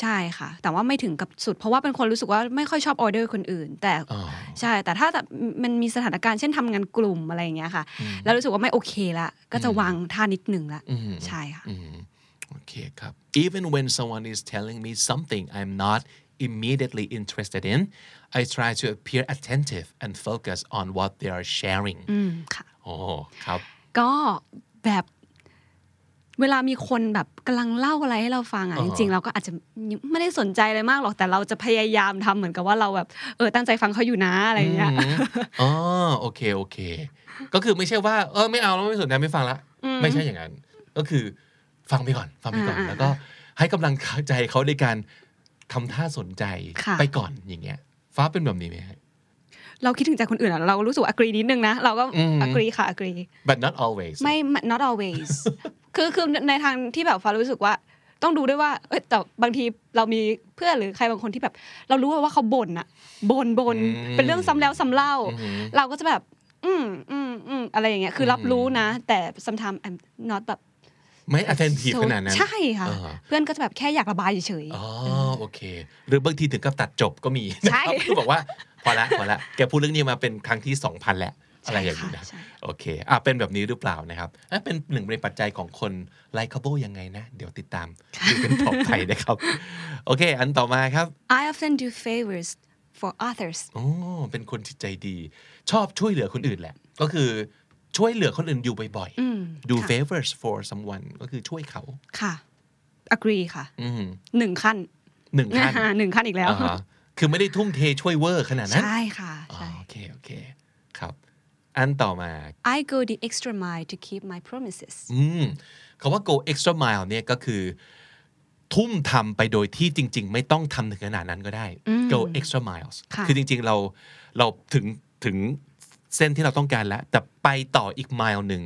Speaker 2: ใช่ค่ะ แต่ว่าไม่ถึงกับสุด เพราะว่าเป็นคนรู้สึกว่าไม่ค่อยชอบออเดอร์คนอื่น แต่
Speaker 1: อ๋อ
Speaker 2: ใช่ แต่ถ้าแบบมันมีสถานการณ์เช่นทำงานกลุ่มอะไรอย่างเงี้ยค่ะ แล้วรู้สึกว่าไม่โอเคละก็จะวางท่านิดหนึ่งละ
Speaker 1: อืม
Speaker 2: ใช่ค่ะ
Speaker 1: อืมโอเคครับ even when someone is telling me something I'm not immediately interested in I try to appear attentive and focus on what they are sharing
Speaker 2: อืมค่ะ
Speaker 1: โอ้ครับ
Speaker 2: ก็แบบเวลามีคนแบบกำลังเล่าอะไรให้เราฟังอ่ะ
Speaker 1: อ่า
Speaker 2: จริงๆ เราก็อาจจะไม่ได้สนใจอะไรมากหรอกแต่เราจะพยายามทำเหมือนกับว่าเราแบบเออตั้งใจฟังเขาอยู่นะอะไรอย่างเงี้ย
Speaker 1: อืมอ๋อโอเค โอเค ก็คือไม่ใช่ว่า เออ ไม่เอาแล้วไม่สนใจไม่ฟังละ ไม่ใช่อย่างนั้น ก็คือฟังไปก่อน ฟังไปก่อน
Speaker 2: อ่า
Speaker 1: แล้วก็ให้กำลังใจเขาในการทำท่าสนใจ
Speaker 2: ค่ะ
Speaker 1: ไปก่อนอย่างเงี้ย ฟ้าเป็นแบบนี้ไหมฮะ
Speaker 2: เราคิดถึงใจคนอื่นอะเราก็รู้สึก agree นิดนึงนะ เราก็
Speaker 1: อืม
Speaker 2: agree ค่ะ agree
Speaker 1: but not always
Speaker 2: ไม่ไม่ not always คือคือในทางที่แบบฟ้ารู้สึกว่า ต้องดูด้วยว่า เอ้ยแต่บางทีเรามีเพื่อนหรือใครบางคนที่แบบ เรารู้ว่าเขาบ่นอะบ่นบ่น
Speaker 1: อืม
Speaker 2: เป็นเรื่องซ้ำแล้วซ้ำเล่า
Speaker 1: อือหือ
Speaker 2: เราก็จะแบบ อืมอืมอืมอะไรอย่างเงี้ย คือรับรู้นะ แต่ sometimes I'm not แบบ
Speaker 1: ไม่ attentive
Speaker 2: so-
Speaker 1: ขนาดนั้น
Speaker 2: ใช่ค่ะ
Speaker 1: อ่า
Speaker 2: เพื่อนก็จะแบบแค่อยากระบายเฉย
Speaker 1: อ๋อโอเค หรือบางทีถึงกับตัดจบก็มีนะ
Speaker 2: ใช่
Speaker 1: ครับคือบอกว่า พอละพอละแกพูดเรื่องนี้มาเป็นครั้งที่ 2,000 แล้ว
Speaker 2: ๆ
Speaker 1: อะไรอย่างนี้
Speaker 2: ใช่
Speaker 1: นะ
Speaker 2: ค่ะใช่
Speaker 1: โอเค อ่ะ เป็นแบบนี้หรือเปล่านะครับอ่ะเป็นหนึ่งในปัจจัยของคนไลค์ a b l e ยังไงนะ เดี๋ยวติดตามดูกันต่อไปนะครับ โอเค อันต่อมาครับ
Speaker 2: I often do favors for others
Speaker 1: อ๋อ เป็นคนจิตใจดี ชอบช่วยเหลือคนอื่นแหละ ก็คือช่วยเหลือคนอื่นอยู่บ่อย
Speaker 2: อืม
Speaker 1: ๆ do
Speaker 2: ค่ะ
Speaker 1: favors for someone ก็คือช่วยเขา
Speaker 2: ค่ะ agree ค่ะ
Speaker 1: อืม
Speaker 2: หนึ่งขั้น
Speaker 1: หนึ่งขั้น
Speaker 2: อ่าหนึ่งขั้นอีกแล้ว
Speaker 1: อ่าฮะคือไม่ได้ทุ่มเทช่วยเวอร์ขนาดนั้น
Speaker 2: ใช่ค่ะใช่
Speaker 1: อ๋อโอเค โอเค ครับ อันต่อมา
Speaker 2: I go the extra mile to keep my promises
Speaker 1: อืมคำว่า go extra mile เนี่ยก็คือ ทุ่มทำไปโดยที่จริง ๆ ไม่ต้องทำถึงขนาดนั้นก็ได้ go extra miles
Speaker 2: ค่ะ
Speaker 1: อจริง ๆ เราเราถึงถึงเส้นที่เราต้องการแล้ว แต่ไปต่ออีก mile หนึ่ง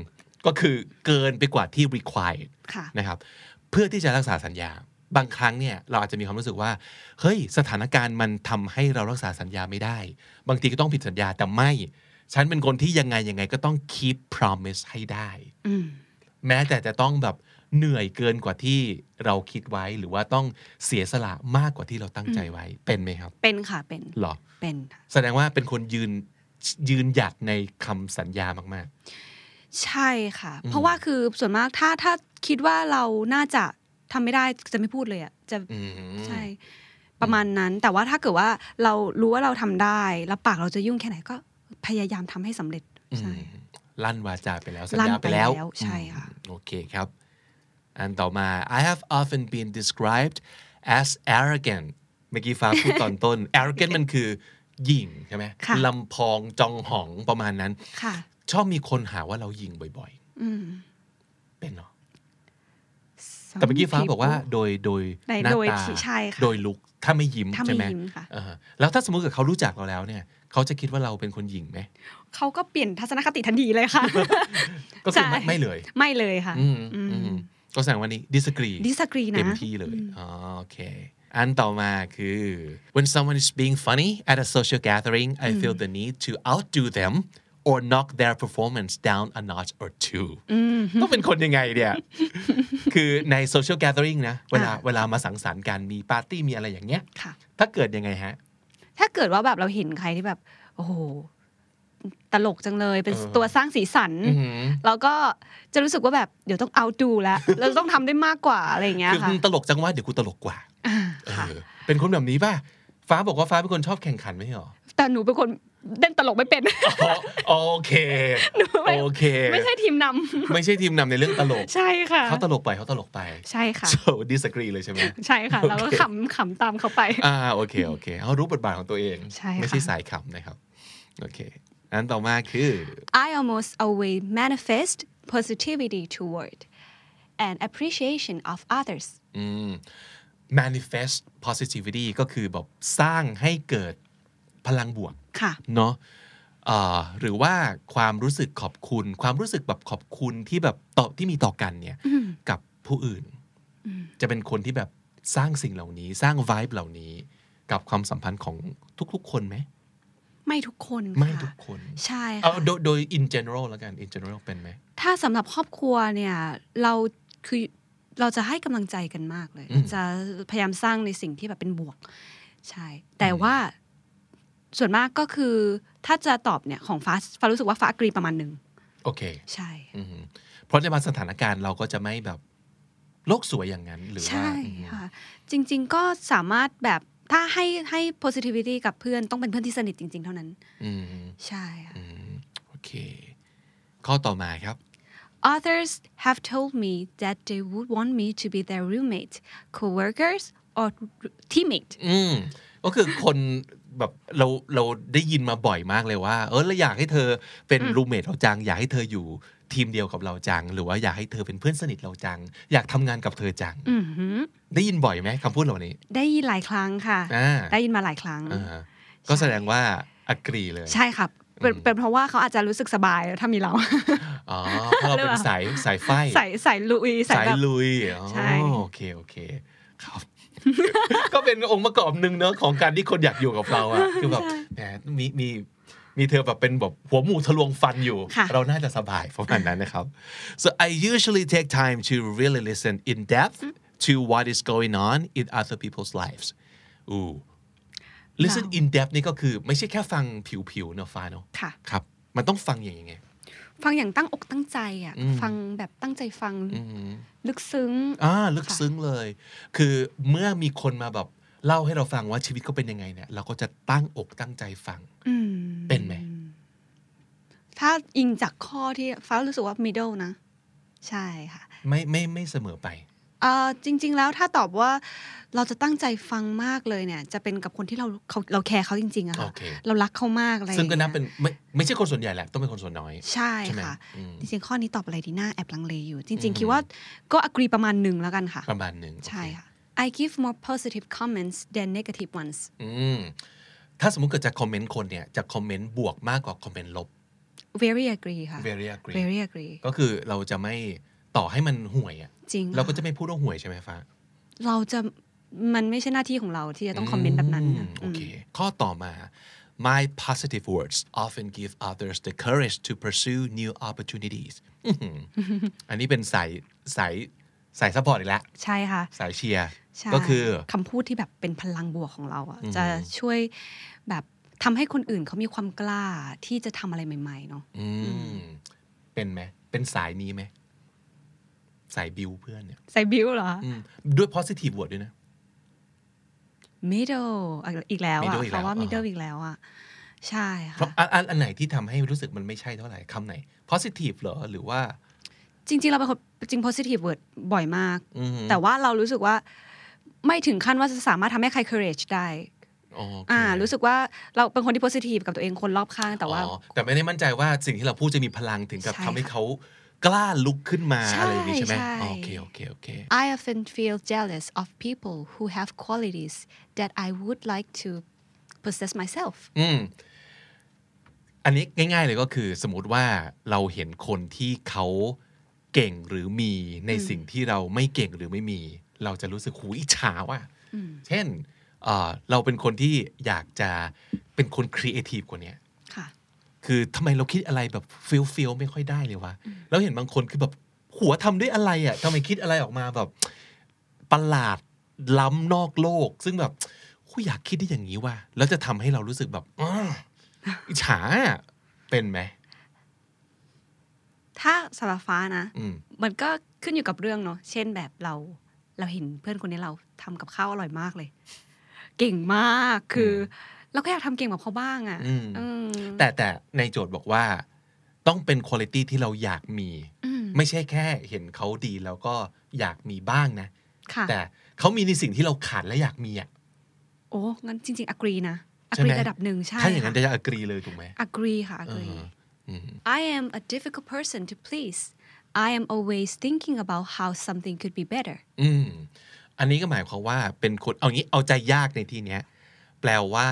Speaker 1: ก็คือเกินไปกว่าที่ required
Speaker 2: ค่ะ
Speaker 1: นะครับ เพื่อที่จะรักษาสัญญา บางครั้งเนี่ยเราอาจจะมีความรู้สึกว่า เฮ้ย สถานการณ์มันทำให้เรารักษาสัญญาไม่ได้ บางทีก็ต้องผิดสัญญาแต่ไม่ ฉันเป็นคนที่ยังไงยังไงก็ต้อง keep promise ให้ได้
Speaker 2: อืม
Speaker 1: แม้แต่จะต้องแบบเหนื่อยเกินกว่าที่เราคิดไว้ หรือว่าต้องเสียสละมากกว่าที่เราตั้งใจไว้ เป็นไหมครับ
Speaker 2: เป็นค่ะ เป็น
Speaker 1: หรอ
Speaker 2: เป็นค่ะ
Speaker 1: แสดงว่าเป็นคนยืนยืนหยัดในคำสัญญามาก
Speaker 2: ใช่ค่ะ เพราะว่าคือส่วนมากถ้าถ้าคิดว่าเราน่าจะทำไม่ได้จะไม่พูดเลยอ่ะ จะ
Speaker 1: ๆ อืม
Speaker 2: ใช่ ประมาณนั้น แต่ว่าถ้าเกิดว่าเรารู้ว่าเราทำได้ แล้วปากเราจะยุ่งแค่ไหนก็พยายามทำให้สำเร็จ
Speaker 1: อืม
Speaker 2: ใช่
Speaker 1: ลั่นวาจาไปแล้วสัญ
Speaker 2: ลั่น
Speaker 1: ญาไปแล้ว
Speaker 2: ไปแล้วใช่ค่ะ
Speaker 1: อืมโอเคครับ อันต่อมา I have often been described as arrogant เมื่อกี้ฟ้าพูดตอนต้ น arrogant มันคือหยิ่งใช่ไหม
Speaker 2: ค่ะ
Speaker 1: ลำพองจองหองประมาณนั้น
Speaker 2: ค่ะ
Speaker 1: ชอบมีคนหาว่าเราหยิ่งบ่อยๆ
Speaker 2: อืม
Speaker 1: เป็นเนาะ
Speaker 2: Some
Speaker 1: แต่เมื่อกี้ฟ้าบอกว่า
Speaker 2: people
Speaker 1: โดยโดย
Speaker 2: ใน
Speaker 1: หน้า
Speaker 2: โดย
Speaker 1: ตา
Speaker 2: ที่ใช่ค่ะ
Speaker 1: โดยลุกถ้าไม่ยิ้ม
Speaker 2: ถ้าไม่
Speaker 1: ใช่ไหม
Speaker 2: ยิ้มค่ะ
Speaker 1: อ่าแล้วถ้าสมมติเกิดเขารู้จักเราแล้วเนี่ย เขาจะคิดว่าเราเป็นคนหญิงไหม
Speaker 2: เขาก็เปลี่ยนทัศนคติทันทีเลย ค่ะ
Speaker 1: ก็คือไม่
Speaker 2: ใช่
Speaker 1: ไม่เลย
Speaker 2: ไม่เลยค่ะ
Speaker 1: อืมอืมก็แสดงว่านี้ disagree
Speaker 2: ดิสกรีนะ
Speaker 1: เต็มที่เลยอ๋อโอเค อันต่อมาคือ when someone is being funny at a social gathering I feel the need to outdo them or knock their performance down a notch or two ต้องเป็นคนยังไงเนี่ย คือใน social gathering นะ เวลา
Speaker 2: อ่ะ
Speaker 1: เวลามาสังสรรค์กัน มีปาร์ตี้มีอะไรอย่างเงี้ย
Speaker 2: ค่ะ
Speaker 1: ถ้าเกิดยังไงฮะ
Speaker 2: ถ้าเกิดว่าแบบเราเห็นใครที่แบบ โอ้โห ตลกจังเลยเป็น
Speaker 1: เออ
Speaker 2: ตัวสร้างสีสัน
Speaker 1: อื้อหือ
Speaker 2: เราก็จะรู้สึกว่าแบบเดี๋ยวต้องเอาดู แล้ว เราต้องทำได้มากกว่าอะไรอย่างเงี้ย
Speaker 1: คือ
Speaker 2: ค่ะ
Speaker 1: มึงตลกจังว่าเดี๋ยวกูตลกกว่า
Speaker 2: อ่า
Speaker 1: เอ
Speaker 2: ค่ะ
Speaker 1: อเป็นคนแบบนี้ป่ะ ฟ้าบอกว่าฟ้าเป็นคนชอบแข่งขันไม่ใช่หรอ
Speaker 2: แต่หนูเป็นคนเล่นตลกไม่เป็น
Speaker 1: อ๋อโอเค
Speaker 2: หนูไม่
Speaker 1: โอเค
Speaker 2: ไม่ใช่ทีมนำ
Speaker 1: ไม่ใช่ทีมนำในเรื่องตลก
Speaker 2: ใช่ค่ะ
Speaker 1: เขาตลกไปเขาตลกไป
Speaker 2: ใช่ค่ะ
Speaker 1: so disagree เลยใช่ไหม
Speaker 2: ใช่ค่ะ
Speaker 1: โอเค
Speaker 2: เราก็ขำขำตามเขาไป
Speaker 1: อ่าโอเคโอเคเขารู้บทบาทของตัวเอง
Speaker 2: ใช่ค่ะ
Speaker 1: ไม่ใช่สายขำนะครับ โอเค อันต่อมาคือ
Speaker 2: I almost always manifest positivity toward and appreciation of others
Speaker 1: อืม manifest positivity ก็คือแบบสร้างให้เกิดพลังบวก
Speaker 2: ค่ะ
Speaker 1: เนาะเอ่อหรือว่าความรู้สึกขอบคุณ ความรู้สึกแบบขอบคุณที่แบบต่อที่มีต่อกันเนี่ยกับผู้อื่น จะเป็นคนที่แบบสร้างสิ่งเหล่านี้ สร้าง vibe เหล่านี้ กับความสัมพันธ์ของทุกๆ คนไหม
Speaker 2: ไม่ทุกคน
Speaker 1: ไม่
Speaker 2: ค่ะ
Speaker 1: ทุกคน
Speaker 2: ใช่
Speaker 1: เอา
Speaker 2: ค่ะ
Speaker 1: โดยโดย in general แล้วกัน in general เป็นไหม
Speaker 2: ถ้าสำหรับครอบครัวเนี่ยเราคือเราจะให้กำลังใจกันมากเลย
Speaker 1: อืม
Speaker 2: จะพยายามสร้างในสิ่งที่แบบเป็นบวก ใช่ แต่ว่าส่วนมากก็คือถ้าจะตอบเนี่ยของฟ้าฟ้ารู้สึกว่าฟ้ากรีประมาณหนึ่ง
Speaker 1: โอเค
Speaker 2: ใช่
Speaker 1: อืมเพราะในบางสถานการณ์เราก็จะไม่แบบโลกสวยอย่างนั้นหรือว่า
Speaker 2: ใช่ค่ะจริง ๆ ก็สามารถแบบถ้าให้ให้ positivity กับเพื่อนต้องเป็นเพื่อนที่สนิทจริง ๆ เท่านั้น
Speaker 1: อืมอืม
Speaker 2: ใช่ค่ะ
Speaker 1: อืมโอเค ข้อต่อมาครับ
Speaker 2: Others have told me that they would want me to be their roommate, co-workers or teammate
Speaker 1: อืมก็คือคนแบบเราเราได้ยินมาบ่อยมากเลยว่า เออเราอยากให้เธอเป็นรูเมทเราจัง อยากให้เธออยู่ทีมเดียวกับเราจัง หรือว่าอยากให้เธอเป็นเพื่อนสนิทเราจัง อยากทำงานกับเธอจัง
Speaker 2: อือหือ
Speaker 1: ได้ยินบ่อยไหมคำพูดเหล่านี้
Speaker 2: ได้ยินหลายครั้งค่ะ
Speaker 1: อ่า
Speaker 2: ได้ยินมาหลายครั้ง
Speaker 1: อ่าก็แสดงว่า agree เลย
Speaker 2: ใช่ครับเป็นเป็นเพราะว่าเขาอาจจะรู้สึกสบายแล้วถ้ามีเรา
Speaker 1: อ๋อเพราะเราเป็นสายสายไฟ
Speaker 2: ใส่ใส่ลุยใส่
Speaker 1: สาย
Speaker 2: แบบ
Speaker 1: ลุยอ๋อ
Speaker 2: ใช่
Speaker 1: โอเค โอเค ครับ ก็เป็นองค์ประกอบหนึ่งเนอะของการที่คนอยากอยู่กับเรา อะคือแบบแหมมีมีมีเธอแบบเป็นแบบหัวหมูทะลวงฟันอยู่
Speaker 2: ค่ะ
Speaker 1: เราน่าจะสบายประมาณนั้นนะครับ so I usually take time to really listen in depth to what is going on in other people's lives อู้ listen in depth นี่ก็คือไม่ใช่แค่ฟังผิวๆเนอะฟ้าเนอะ
Speaker 2: ค่ะ
Speaker 1: ครับ มันต้องฟังอย่างยังไง
Speaker 2: ฟังอย่างตั้งอกตั้งใจอ่ะ
Speaker 1: อืม
Speaker 2: ฟังแบบตั้งใจฟัง
Speaker 1: อืม
Speaker 2: ลึกซึ้ง
Speaker 1: อ่าลึกซึ้งเลย คือเมื่อมีคนมาแบบเล่าให้เราฟังว่าชีวิตเขาเป็นยังไงเนี่ย เราก็จะตั้งอกตั้งใจฟัง
Speaker 2: อืม
Speaker 1: เป็นไหม
Speaker 2: ถ้าอิงจากข้อที่ฟ้ารู้สึกว่า middle นะ ใช่ค่ะ
Speaker 1: ไม่ไม่ไม่เสมอไป
Speaker 2: เอ่อจริง ๆ แล้วถ้าตอบว่าเราจะตั้งใจฟังมากเลยเนี่ย จะเป็นกับคนที่เราเขาเราแคร์เขาจริงๆอะค่ะ
Speaker 1: โอเค
Speaker 2: เรารักเขามากอะไรอย่า
Speaker 1: ซึ่งก็นับ
Speaker 2: ย
Speaker 1: เป็นไม่ไม่ใช่คนส่วนใหญ่แหละ ต้องเป็นคนส่วนน้อย
Speaker 2: ใช่
Speaker 1: ใช่ไหม
Speaker 2: ค่ะ
Speaker 1: อืม
Speaker 2: จริงๆ ข้อนี้ตอบอะไรดีน่าแอบลังเลอยู่ จ
Speaker 1: อื
Speaker 2: ริง
Speaker 1: ม
Speaker 2: ๆ คิดว่าก็อกรีประมาณหนึ่งแล้วกันค่ะ
Speaker 1: ประมาณหนึ่ง
Speaker 2: ใช่
Speaker 1: โอเค
Speaker 2: ค่ะ I give more positive comments than negative ones
Speaker 1: อืมถ้าสมมติเกิดจะคอมเมนต์คนเนี่ย จะคอมเมนต์บวกมากกว่าคอมเมนต์ลบ
Speaker 2: very agree ค่ะ
Speaker 1: very agree
Speaker 2: very agree
Speaker 1: ก็คือเราจะไม่ต่อให้มันห่วยอะ
Speaker 2: จริง
Speaker 1: เราก็
Speaker 2: ค่
Speaker 1: จะไม่พูดว่าห่วยใช่ไหมฟ้า
Speaker 2: เราจะมันไม่ใช่หน้าที่ของเราที่จะต้องคอมเมนต์แบบนั้น
Speaker 1: อื
Speaker 2: นะ
Speaker 1: มโอเค ข้อต่อมา my positive words often give others the courage to pursue new opportunities อื้อหืออันนี้เป็นสายสายสายซัพพอร์ตอีกแล้ว
Speaker 2: ใช่ค่ะ
Speaker 1: สายเชียร์
Speaker 2: ใช่
Speaker 1: ก็คือ
Speaker 2: คำพูดที่แบบเป็นพลังบวกของเราอ่ะ
Speaker 1: อืม
Speaker 2: จะช่วยแบบทำให้คนอื่นเขามีความกล้าที่จะทำอะไรใหม่ๆเนาะ
Speaker 1: อืมเป็นไหม เป็นสายนี้ไหม สายบิวเพื่อนเนี่ย
Speaker 2: ใส่บิวเหรอ
Speaker 1: อืมด้วย positive word ด้วยนะ
Speaker 2: middle อ่ะอีกแล้วอ่ะ
Speaker 1: middle อีก
Speaker 2: เพ
Speaker 1: แล้ว
Speaker 2: ราะว่า
Speaker 1: อ่าฮะ
Speaker 2: middle อีกแล้วอ่ะใช่
Speaker 1: เพ
Speaker 2: ค่ะ
Speaker 1: ราะอันอันอันไหนที่ทำให้รู้สึกมันไม่ใช่เท่าไหร่คำไหน positive เหรอ หรือว่า
Speaker 2: จริงๆ เราเป็นคนจริง positive word บ่อยมาก
Speaker 1: อืม
Speaker 2: แต่ว่าเรารู้สึกว่าไม่ถึงขั้นว่าจะสามารถทำให้ใคร courage ได้
Speaker 1: โอเค
Speaker 2: อ่ารู้สึกว่าเราเป็นคนที่ positive กับตัวเองคนรอบข้างแต่ว่า
Speaker 1: อ๋อแต่ไม่ได้มั่นใจว่าสิ่งที่เราพูดจะมีพลังถึงกับ
Speaker 2: ใช่
Speaker 1: ทำให้เขากล้าลุกขึ้นมา
Speaker 2: ใช่
Speaker 1: อะไรอย่างนี้ใช่ไหม
Speaker 2: ใช่
Speaker 1: อ๋อโอเค โอเค โอเค
Speaker 2: I often feel jealous of people who have qualities that I would like to possess myself.
Speaker 1: อืม อันนี้ง่าย ๆ เลยก็คือ สมมติว่าเราเห็นคนที่เขาเก่งหรือมีในสิ่งที่เราไม่เก่งหรือไม่มี เราจะรู้สึกหูอิจฉาว่ะ เช่นเอ่อเราเป็นคนที่อยากจะเป็นคนครีเอทีฟกว่าเนี้ย
Speaker 2: ค่ะ
Speaker 1: คือทำไมเราคิดอะไรแบบฟิลฟิลไม่ค่อยได้เลยวะแล้วเห็นบางคนคือแบบหัวทำด้วยอะไรอะ่ะทำไมคิดอะไรออกมาแบบประหลาดล้ำนอกโลก ซึ่งแบบกูอยากคิดได้อย่างนี้ว่ะแล้วจะทำให้เรารู้สึกแบบอ้าอิจฉาอะเป็นไหม
Speaker 2: ถ้าสารบฟ้านะ
Speaker 1: อืม
Speaker 2: มันก็ขึ้นอยู่กับเรื่องเนาะ เช่นแบบเรา เราเห็นเพื่อนคนนี้เราทำกับข้าวอร่อยมากเลย เก่งมาก คืออเราก็อยากทำเก่งแบบเขาบ้างอะ่ะ
Speaker 1: อืม
Speaker 2: อืม
Speaker 1: แต่แต่ในโจทย์บอกว่า ต้องเป็นคุณลิตี้ที่เราอยากมี
Speaker 2: อืม
Speaker 1: ไม่ใช่แค่เห็นเขาดีแล้วก็อยากมีบ้างนะ
Speaker 2: ค่ะ
Speaker 1: แต่เขามีในสิ่งที่เราขาดและอยากมีอ่ะ
Speaker 2: โอ้ งั้นจริง ๆ agree นะ
Speaker 1: ใช่ไหม
Speaker 2: agree ระดับหนึ่งใช่
Speaker 1: ถ้าอย่างนั้น
Speaker 2: ค่ะ
Speaker 1: จะอกรีเลยถูกไหม
Speaker 2: agree ค่ะ
Speaker 1: เอ
Speaker 2: agree
Speaker 1: ออืม
Speaker 2: I am a difficult person to please. I am always thinking about how something could be better.
Speaker 1: อืม อันนี้ก็หมายความว่าเป็นคนเอางี้เอาใจยากในที่เนี้ย แปลว่า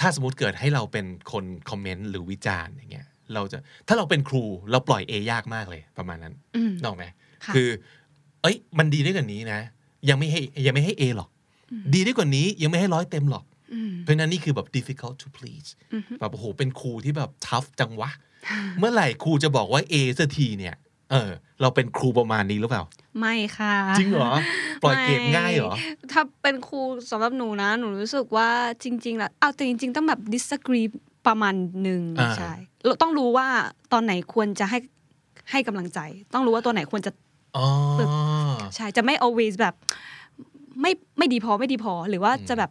Speaker 1: ถ้าสมมติเกิดให้เราเป็นคนคอมเมนต์หรือวิจารณ์อย่างเงี้ยเราจะถ้าเราเป็นครูเราปล่อยเอยากมากเลยประมาณนั้น
Speaker 2: อืม
Speaker 1: นกออกไหม
Speaker 2: ค่ะ
Speaker 1: คือ เอ้ย มันดีได้กว่านี้นะ ยังไม่ให้ยังไม่ให้ A หรอก ดีได้กว่านี้ยังไม่ให้ร้อยเต็มหรอก
Speaker 2: อืม
Speaker 1: เพราะฉะนั้นนี่คือแบบ difficult to please
Speaker 2: อือฮึ
Speaker 1: แบบโอ้โหเป็นครูที่แบบ tough จังวะ เมื่อไหร่ครูจะบอกว่า A สักทีเนี่ย เออ เราเป็นครูประมาณนี้หรือเปล่า
Speaker 2: ไม่ค่ะ
Speaker 1: จริงเหรอ ปล่อยเกรดง่ายเหรอ
Speaker 2: ไม่ถ้าเป็นครูสำหรับหนูนะ หนูรู้สึกว่าจริงๆแล้วเอาแต่จริง ๆ ต้องแบบ disagree ประมาณหนึ่ง
Speaker 1: อ่า
Speaker 2: ใช่เราต้องรู้ว่าตอนไหนควรจะให้ให้กำลังใจ ต้องรู้ว่าตัวไหนควรจะ
Speaker 1: อ๋อ
Speaker 2: ใช่จะไม่ always แบบ ไม่ไม่ดีพอไม่ดีพอ หรือว่าจะแบบ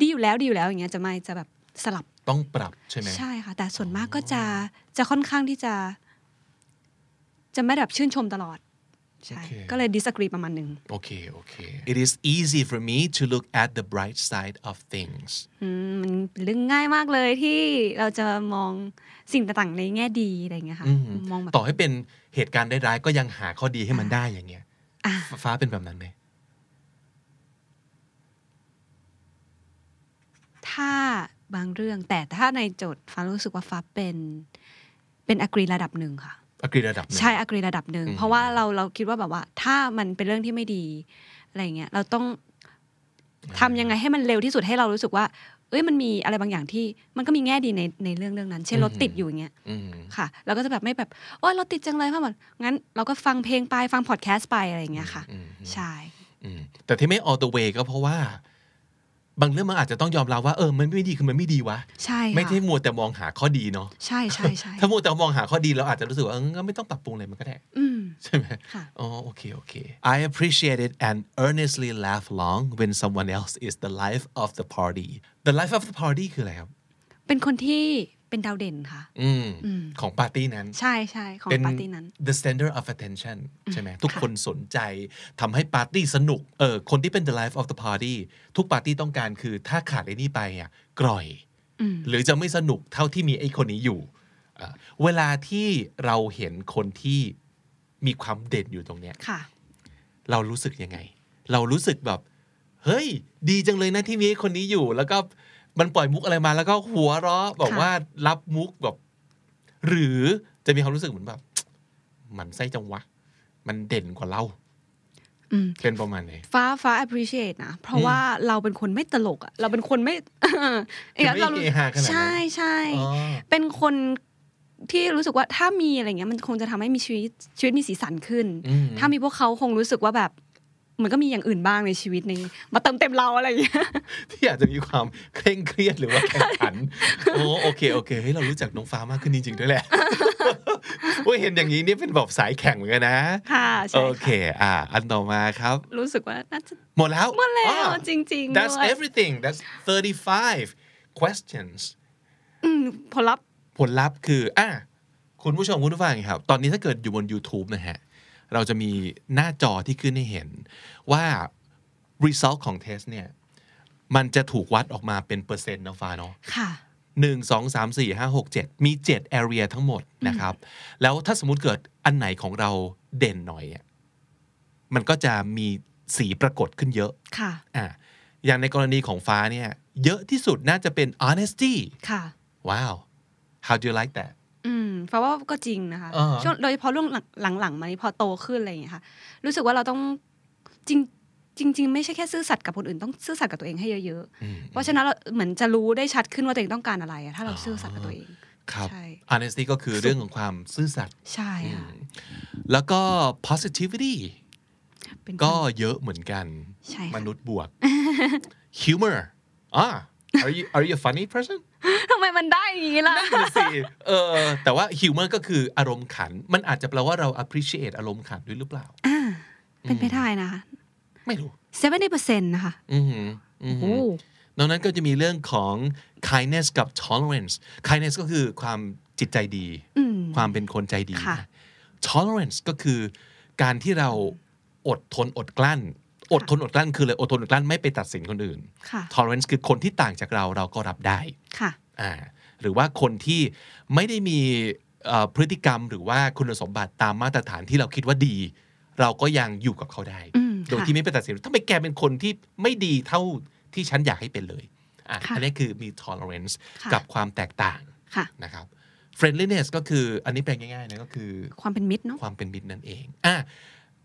Speaker 2: ดีอยู่แล้วดีอยู่แล้วอย่างเงี้ยจะไม่จะแบบสลับ
Speaker 1: ต้องปรับใช่ไหม
Speaker 2: ใช่ค่ะ แต่ส่วนมากก็จะจะค่อนข้างที่จะ จะไม่แบบชื่นชมตลอด ใช่
Speaker 1: โอเค
Speaker 2: ก็เลยดิสกรีประมาณหนึ่ง
Speaker 1: โอเค โอเค it is easy for me to look at the bright side of things
Speaker 2: อืมมันเป็นเรื่องง่ายมากเลยที่เราจะมองสิ่งต่างๆในแง่ดีอะไรอย่างเงี้ยค่ะ
Speaker 1: อืม
Speaker 2: มองแบบ
Speaker 1: ต่อให้เป็นเหตุการณ์ร้ายๆก็ยังหาข้อดีให้มันได้อย่างเงี้ย
Speaker 2: อ่ะ
Speaker 1: ฟ้าเป็นแบบนั้นไหม
Speaker 2: ถ้า บางเรื่อง แต่ถ้าในโจทย์ฟ้ารู้สึกว่าฟ้าเป็นเป็นอกรีระดับหนึ่งค่ะ
Speaker 1: อักฤษระดับหนึ่ง
Speaker 2: ใช่อกรีระดับหนึ่ง
Speaker 1: อืม
Speaker 2: เพราะว่าเราเราคิดว่าแบบว่า ถ้ามันเป็นเรื่องที่ไม่ดีอะไรเงี้ยเราต้องทำยังไงให้มันเร็วที่สุดให้เรารู้สึกว่า เอ้ยมันมีอะไรบางอย่างที่มันก็มีแง่ดีในในเรื่องเรื่องนั้น เช่นรถติดอยู่อย่างเงี้ย
Speaker 1: อืม
Speaker 2: ค่ะเราก็จะแบบไม่แบบโอ้ยรถติดจังเลยพ่อบอกงั้นเราก็ฟังเพลงไปฟังพอดแคสต์ไปอะไรอย่างเงี้ยค่ะ
Speaker 1: อืม
Speaker 2: ใช่
Speaker 1: อืมแต่ที่ไม่ all the way ก็เพราะว่า บางเรื่องมันอาจจะต้องยอมรับว่าเออมันไม่ดีคือมันไม่ดีวะ
Speaker 2: ใช่
Speaker 1: ไม่ใช่
Speaker 2: ค่ะ
Speaker 1: มัวแต่มองหาข้อดีเนาะ
Speaker 2: ใช่ใช่ใช่
Speaker 1: ถ้ามัวแต่มองหาข้อดีเราอาจจะรู้สึกว่าเออก็ไม่ต้องปรับปรุงอะไรมันก็ได้
Speaker 2: อืม
Speaker 1: ใช่ไหม
Speaker 2: ค่ะ
Speaker 1: อ๋อโอเคโอเค I appreciate it and earnestly laugh long when someone else is the life of the party the life of the party คืออะไรครับ
Speaker 2: เป็นคนที่เป็นดาวเด่นค่ะ
Speaker 1: อืม
Speaker 2: อืม
Speaker 1: ของปาร์ตี้นั้น
Speaker 2: ใช่ใช่ของ
Speaker 1: เป็น
Speaker 2: ปาร์ตี้นั้น
Speaker 1: the center of attention ใช่ไหมทุกคนสนใจทำให้ปาร์ตี้สนุกเออคนที่เป็น the life of the party ทุกปาร์ตี้ต้องการคือถ้าขาดไอ้นี่ไปอ่ะกร่อย
Speaker 2: อืม
Speaker 1: หรือจะไม่สนุกเท่าที่มีไอ้คนนี้อยู่เอ่อเวลาที่เราเห็นคนที่มีความเด่นอยู่ตรงเนี้ย
Speaker 2: ค่ะ
Speaker 1: เรารู้สึกยังไง เรารู้สึกแบบ เฮ้ย ดีจังเลยนะที่มีไอ้คนนี้อยู่ แล้วก็มันปล่อยมุกอะไรมา แล้วก็หัวเราะบอก
Speaker 2: ค่ะ
Speaker 1: ว่ารับมุกแบบ หรือจะมีความรู้สึกเหมือนแบบหมันไส้จังวะ มันเด่นกว่าเรา
Speaker 2: อืม
Speaker 1: เป็นประมาณไหน
Speaker 2: ฟ้าฟ้า appreciate นะ เพราะว่าเราเป็นคนไม่ตลกอะเราเป็นคนไม่ เอ้ย
Speaker 1: คือไม่
Speaker 2: เรารู้
Speaker 1: เฮฮาขนาดนั้น
Speaker 2: ใช่ใช่
Speaker 1: อ๋อ
Speaker 2: เป็นคนที่รู้สึกว่าถ้ามีอะไรเงี้ยมันคงจะทำให้มีชีวิตชีวิตมีสีสันขึ้น
Speaker 1: อื
Speaker 2: ถ้ามีพวกเขาคงรู้สึกว่าแบบมันก็มีอย่างอื่นบ้างในชีวิตนี้ มาเติมเต็มเราอะไรอย่างเงี้ย
Speaker 1: ที่อาจจะมีความเคร่งเครียดหรือว่าแข่ง ขัน โอ้โอเคโอเคเฮ้ยเรารู้จักน้องฟ้ามากขึ้นจริงๆด้วยแหละ ว่าเห็นอย่างนี้นี่เป็นแบบสายแข่งเหมือนกันนะ
Speaker 2: ค่ะใช่
Speaker 1: โอเค
Speaker 2: ค่ะ
Speaker 1: อ่า อันต่อมาครับ
Speaker 2: รู้สึกว่าน่าจะ
Speaker 1: หมดแล้ว
Speaker 2: หมดแล้ว
Speaker 1: อ้าว
Speaker 2: จริงๆด้
Speaker 1: That's
Speaker 2: วย
Speaker 1: everything That's 35 questions
Speaker 2: อืมผลลัพธ์
Speaker 1: ผลลัพธ์คือ อ่ะคุณผู้ชมคุณผู้ฟังครับ ตอนนี้ถ้าเกิดอยู่บน YouTube นะฮะ เราจะมีหน้าจอที่ขึ้นให้เห็นว่า result ของ test เนี่ย มันจะถูกวัดออกมาเป็นเปอร์เซ็นต์นะฟ้าเนาะ
Speaker 2: ค่ะ
Speaker 1: หนึ่งสองสามสี่ห้าหกเจ็ดมีเจ็ด area ทั้งหมดนะครับ แล้วถ้าสมมติเกิดอันไหนของเราเด่นหน่อยอะมันก็จะมีสีปรากฏขึ้นเยอะ
Speaker 2: ค่ะ
Speaker 1: อ่ะอย่างในกรณีของฟ้าเนี่ย เยอะที่สุดน่าจะเป็น honesty
Speaker 2: ค่ะ
Speaker 1: ว้าว how do you like that
Speaker 2: อืมเพราะว่าก็จริงนะคะ
Speaker 1: อ่าฮะ
Speaker 2: ช่วงโดยเฉพาะเรื่องหลังหลังๆมานี้พอโตขึ้นอะไรอย่างเงี้ยค่ะ รู้สึกว่าเราต้องจริงจริง ๆ ไม่ใช่แค่ซื่อสัตย์กับคนอื่นต้องซื่อสัตย์กับตัวเองให้เยอะ
Speaker 1: อืม
Speaker 2: ๆ เพราะฉะนั้นเราเหมือนจะรู้ได้ชัดขึ้นว่าตัวเองต้องการอะไรอะถ้าเรา
Speaker 1: อ๋อ
Speaker 2: ซื่อสัตย์กับตัวเอง
Speaker 1: ครับ
Speaker 2: ใช่
Speaker 1: honesty ก็คือเรื่องของความซื่อสัตย์
Speaker 2: ใช่ค่ะ
Speaker 1: แล้วก็ positivity
Speaker 2: เป็น
Speaker 1: ก็
Speaker 2: คน
Speaker 1: เยอะเหมือนกัน
Speaker 2: ใช่ค่ะ
Speaker 1: มนุษย์บวก humor อ่า are you are you a funny person
Speaker 2: ทำไมมันได้อย่างงี้ล่ะ
Speaker 1: นั่นนะสิเออแต่ว่า humor ก็คืออารมณ์ขัน มันอาจจะแปลว่าเรา appreciate อารมณ์ขันด้วยหรือเปล่า
Speaker 2: อ่า เป็นไปได้นะคะ
Speaker 1: ไม่รู้
Speaker 2: 70%นะคะ
Speaker 1: อือหืออือหื
Speaker 2: โอ้
Speaker 1: อ นอกนั้นก็จะมีเรื่องของ kindness กับ tolerance kindness ก็คือความจิตใจดี
Speaker 2: อืม
Speaker 1: ความเป็นคนใจดี
Speaker 2: ค่ะ
Speaker 1: tolerance ก็คือการที่เราอดทนอดกลั้น อดทนอดกลั้นคืออะไรอดทนอดกลั้นไม่ไปตัดสินคนอื่น
Speaker 2: ค่ะ
Speaker 1: tolerance คือคนที่ต่างจากเราเราก็รับได้
Speaker 2: ค่ะ
Speaker 1: อ่าหรือว่าคนที่ไม่ได้มีเอ่อพฤติกรรมหรือว่าคุณสมบัติตามมาตรฐานที่เราคิดว่าดี เราก็ยังอยู่กับเขาได้
Speaker 2: อืม
Speaker 1: โดย
Speaker 2: ค่ะ
Speaker 1: ที่ไม่ไปตัดสินทำไมแกเป็นคนที่ไม่ดีเท่าที่ฉันอยากให้เป็นเลยอ่ะ
Speaker 2: ค่ะ
Speaker 1: อันนี้คือมี tolerance
Speaker 2: ค่ะ
Speaker 1: กับความแตกต่าง
Speaker 2: ค่ะ
Speaker 1: นะครับ friendliness ก็คืออันนี้แปลง่ายๆนะก็คือ
Speaker 2: ความเป็นมิตรเนาะ
Speaker 1: ความเป็นมิตรนั่นเองอ่ะ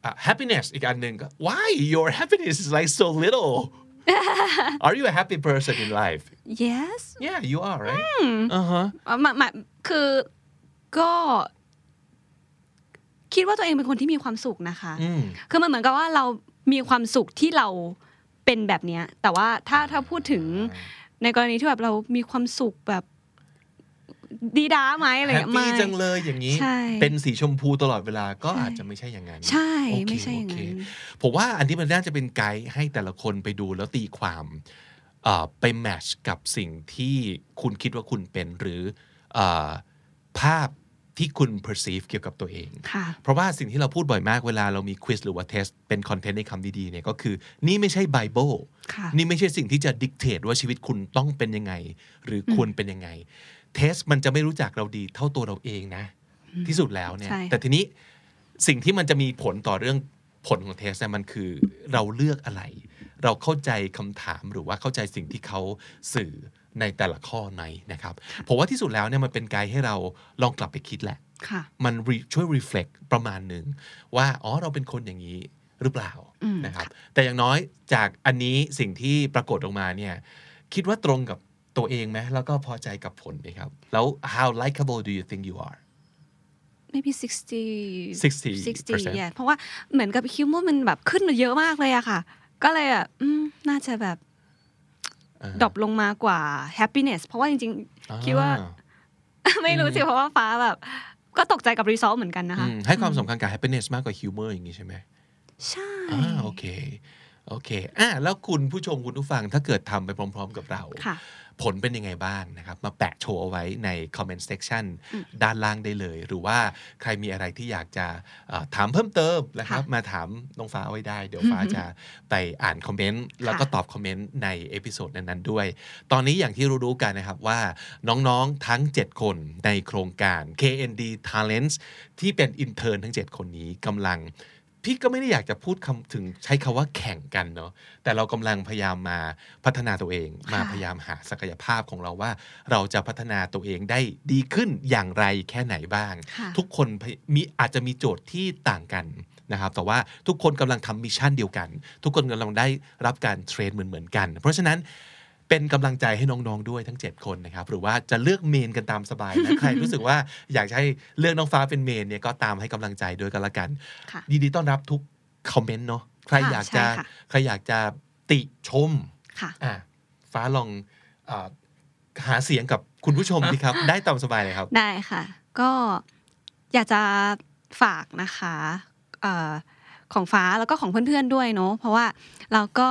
Speaker 1: อ่ะ happiness อีกอันหนึ่งก็ why your happiness is like so little are you a happy person in life
Speaker 2: yes
Speaker 1: yeah you are right อ่าฮะ
Speaker 2: อ่ะหมายหมายคือก็ คิดว่าตัวเองเป็นคนที่มีความสุขนะคะ
Speaker 1: อืม
Speaker 2: คือมันเหมือนกับว่าเรามีความสุขที่เราเป็นแบบเนี้ย แต่ว่าถ้าถ้าพูดถึงในกรณีที่แบบเรามีความสุขแบบ ดีด้าไหมอะไร
Speaker 1: แฮ
Speaker 2: เงี้
Speaker 1: ป
Speaker 2: ย
Speaker 1: ปี้
Speaker 2: ไม่
Speaker 1: จังเลยอย่างนี้
Speaker 2: ใช่
Speaker 1: เป็นสีชมพูตลอดเวลาก็
Speaker 2: ใช่
Speaker 1: อาจจะไม่ใช่อย่างนั้น
Speaker 2: ใช่
Speaker 1: โอเค
Speaker 2: ไม่ใช่อย่าง
Speaker 1: โอเค
Speaker 2: นั้น
Speaker 1: ผมว่าอันนี้มันน่าจะเป็นไกด์ให้แต่ละคนไปดูแล้วตีความเอ่อไปแมทช์กับสิ่งที่คุณคิดว่าคุณเป็นหรือเอ่อภาพที่คุณ perceive เกี่ยวกับตัวเอง
Speaker 2: ค่ะ
Speaker 1: เพราะว่าสิ่งที่เราพูดบ่อยมากเวลาเรามีควิสหรือว่าเทสเป็นคอนเทนต์ในคำดีๆเนี่ยก็คือ นี่ไม่ใช่ไบเบิล
Speaker 2: ค่ะ
Speaker 1: นี่ไม่ใช่สิ่งที่จะดิกเตตว่าชีวิตคุณต้องเป็นยังไง หรือควรเป็นยังไง เทสมันจะไม่รู้จักเราดีเท่าตัวเราเองนะ ที่สุดแล้วเนี่ย
Speaker 2: ใช่
Speaker 1: แต่ทีนี้สิ่งที่มันจะมีผลต่อเรื่องผลของเทสเนี่ยมันคือเราเลือกอะไร เราเข้าใจคำถามหรือว่าเข้าใจสิ่งที่เขาสื่อในแต่ละข้อไหนนะครับผมว่าที่สุดแล้วเนี่ยมันเป็นไกด์ให้เราลองกลับไปคิดแหละ
Speaker 2: ค่ะ
Speaker 1: มัน re- ช่วย reflect ประมาณหนึ่ง ว่า อ๋อ เราเป็นคนอย่างนี้หรือเปล่า
Speaker 2: อืม
Speaker 1: นะครับ แต่อย่างน้อยจากอันนี้สิ่งที่ปรากฏออกมาเนี่ย คิดว่าตรงกับตัวเองไหมแล้วก็พอใจกับผลไหมครับ แล้ว how likable do you think you are
Speaker 2: maybe 60
Speaker 1: 60%
Speaker 2: 60 yeah เพราะว่าเหมือนกับคิวมันแบบขึ้นมาเยอะมากเลยอะค่ะ ก็เลยอะอืมน่าจะแบบ
Speaker 1: อ่า
Speaker 2: ดรอปลงมากว่า happiness เพราะว่าจริง
Speaker 1: อ่
Speaker 2: ๆ คิดว่า ไม่รู้สิ เพราะว่าฟ้าแบบ ก็ตกใจกับ result เหมือนกันนะ
Speaker 1: อื
Speaker 2: คะ
Speaker 1: มให้ความสำคัญกับ happiness มากกว่า humor อย่างนี้ใช่ไหม
Speaker 2: ใช่
Speaker 1: อ่าโอเค โอเคอ่าแล้วคุณผู้ชมคุณผู้ฟังถ้าเกิดทำไปพร้อม ๆ กับเรา
Speaker 2: ค่ะ
Speaker 1: ผลเป็นยังไงบ้างนะครับ มาแปะโชว์เอาไว้ใน comment section ด้านล่างได้เลย หรือว่าใครมีอะไรที่อยากจะเอ่อถามเพิ่มเติมนะครับ
Speaker 2: ค่ะ
Speaker 1: มาถามน้องฟ้าเอาไว้ได้ เดี๋ยวฟ้าจะไปอ่านคอมเมนต์ แล้วก็ตอบคอมเมนต์ในเอพิโซดนั้นๆด้วย ตอนนี้อย่างที่รู้ๆกันนะครับว่าน้องๆทั้ง 7 คนในโครงการ KND Talents ที่เป็นอินเทอร์ทั้ง 7 คนนี้กำลัง พี่ก็ไม่ได้อยากจะพูดคำถึงใช้คำว่าแข่งกันเนาะแต่เรากำลังพยายามมาพัฒนาตัวเอง
Speaker 2: ค่ะ
Speaker 1: มาพยายามหาศักยภาพของเราว่า เราจะพัฒนาตัวเองได้ดีขึ้นอย่างไรแค่ไหนบ้าง
Speaker 2: ค่ะ
Speaker 1: ทุกคนพยมีอาจจะมีโจทย์ที่ต่างกันนะครับ แต่ว่าทุกคนกำลังทำมิชชั่นเดียวกัน ทุกคนกำลังได้รับการเทรนเหมือนเหมือนๆกัน เพราะฉะนั้นเป็นกำลังใจให้น้องๆด้วยทั้ง 7 คนนะครับ หรือว่าจะเลือกเมนกันตามสบายนะ ใครรู้สึกว่าอยากจะให้เลือกน้องฟ้าเป็นเมนเนี่ยก็ตามให้กำลังใจด้วยกันละกัน
Speaker 2: ค่ะ
Speaker 1: ยินดีต้อนรับทุกคอมเมนต์เนาะใคร
Speaker 2: ค่ะ
Speaker 1: อยากจะ
Speaker 2: ใช่ค่ะ
Speaker 1: ใครอยากจะติชม
Speaker 2: ค่ะ
Speaker 1: อ่ะฟ้าลองอาหาเสียงกับคุณผู้ชมดีครับ ได้ตามสบายเลยครับ
Speaker 2: ได้ค่ะ ก็อยากจะฝากนะคะเอ่อของฟ้าแล้วก็ของเพื่อนๆด้วยเนาะเพราะว่าเราก็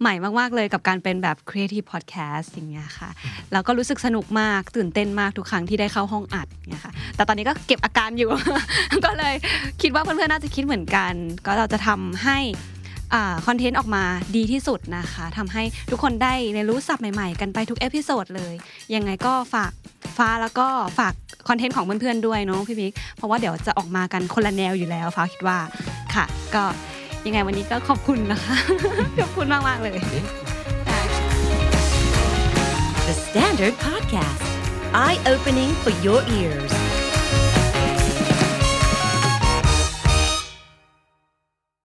Speaker 2: ใหม่มากๆเลยกับการเป็นแบบ Creative Podcast อย่างเงี้ยค่ะ แล้วก็รู้สึกสนุกมากตื่นเต้นมากทุกครั้งที่ได้เข้าห้องอัดเนี่ยค่ะแต่ตอนนี้ก็เก็บอาการอยู่ ก็เลยคิดว่าเพื่อนๆน่าจะคิดเหมือนกัน ก็เราจะทำให้คอนเทนต์ออกมาดีที่สุดนะคะทำให้ทุกคนได้เรียนรู้ศัพท์ใหม่ๆ กันไปทุกเอพิโซดเลย ยังไงก็ฝากฟ้าแล้วก็ฝากคอนเทนต์ของเพื่อนๆด้วยเนาะพี่บิ๊กเพราะว่าเดี๋ยวจะออกมากันคนละแนวอยู่แล้วฟ้าคิดว่าค่ะ ก็ยังไงวันนี้ก็ขอบคุณนะคะ ขอบคุณมากๆเลย
Speaker 3: The Standard Podcast, eye opening for your ears.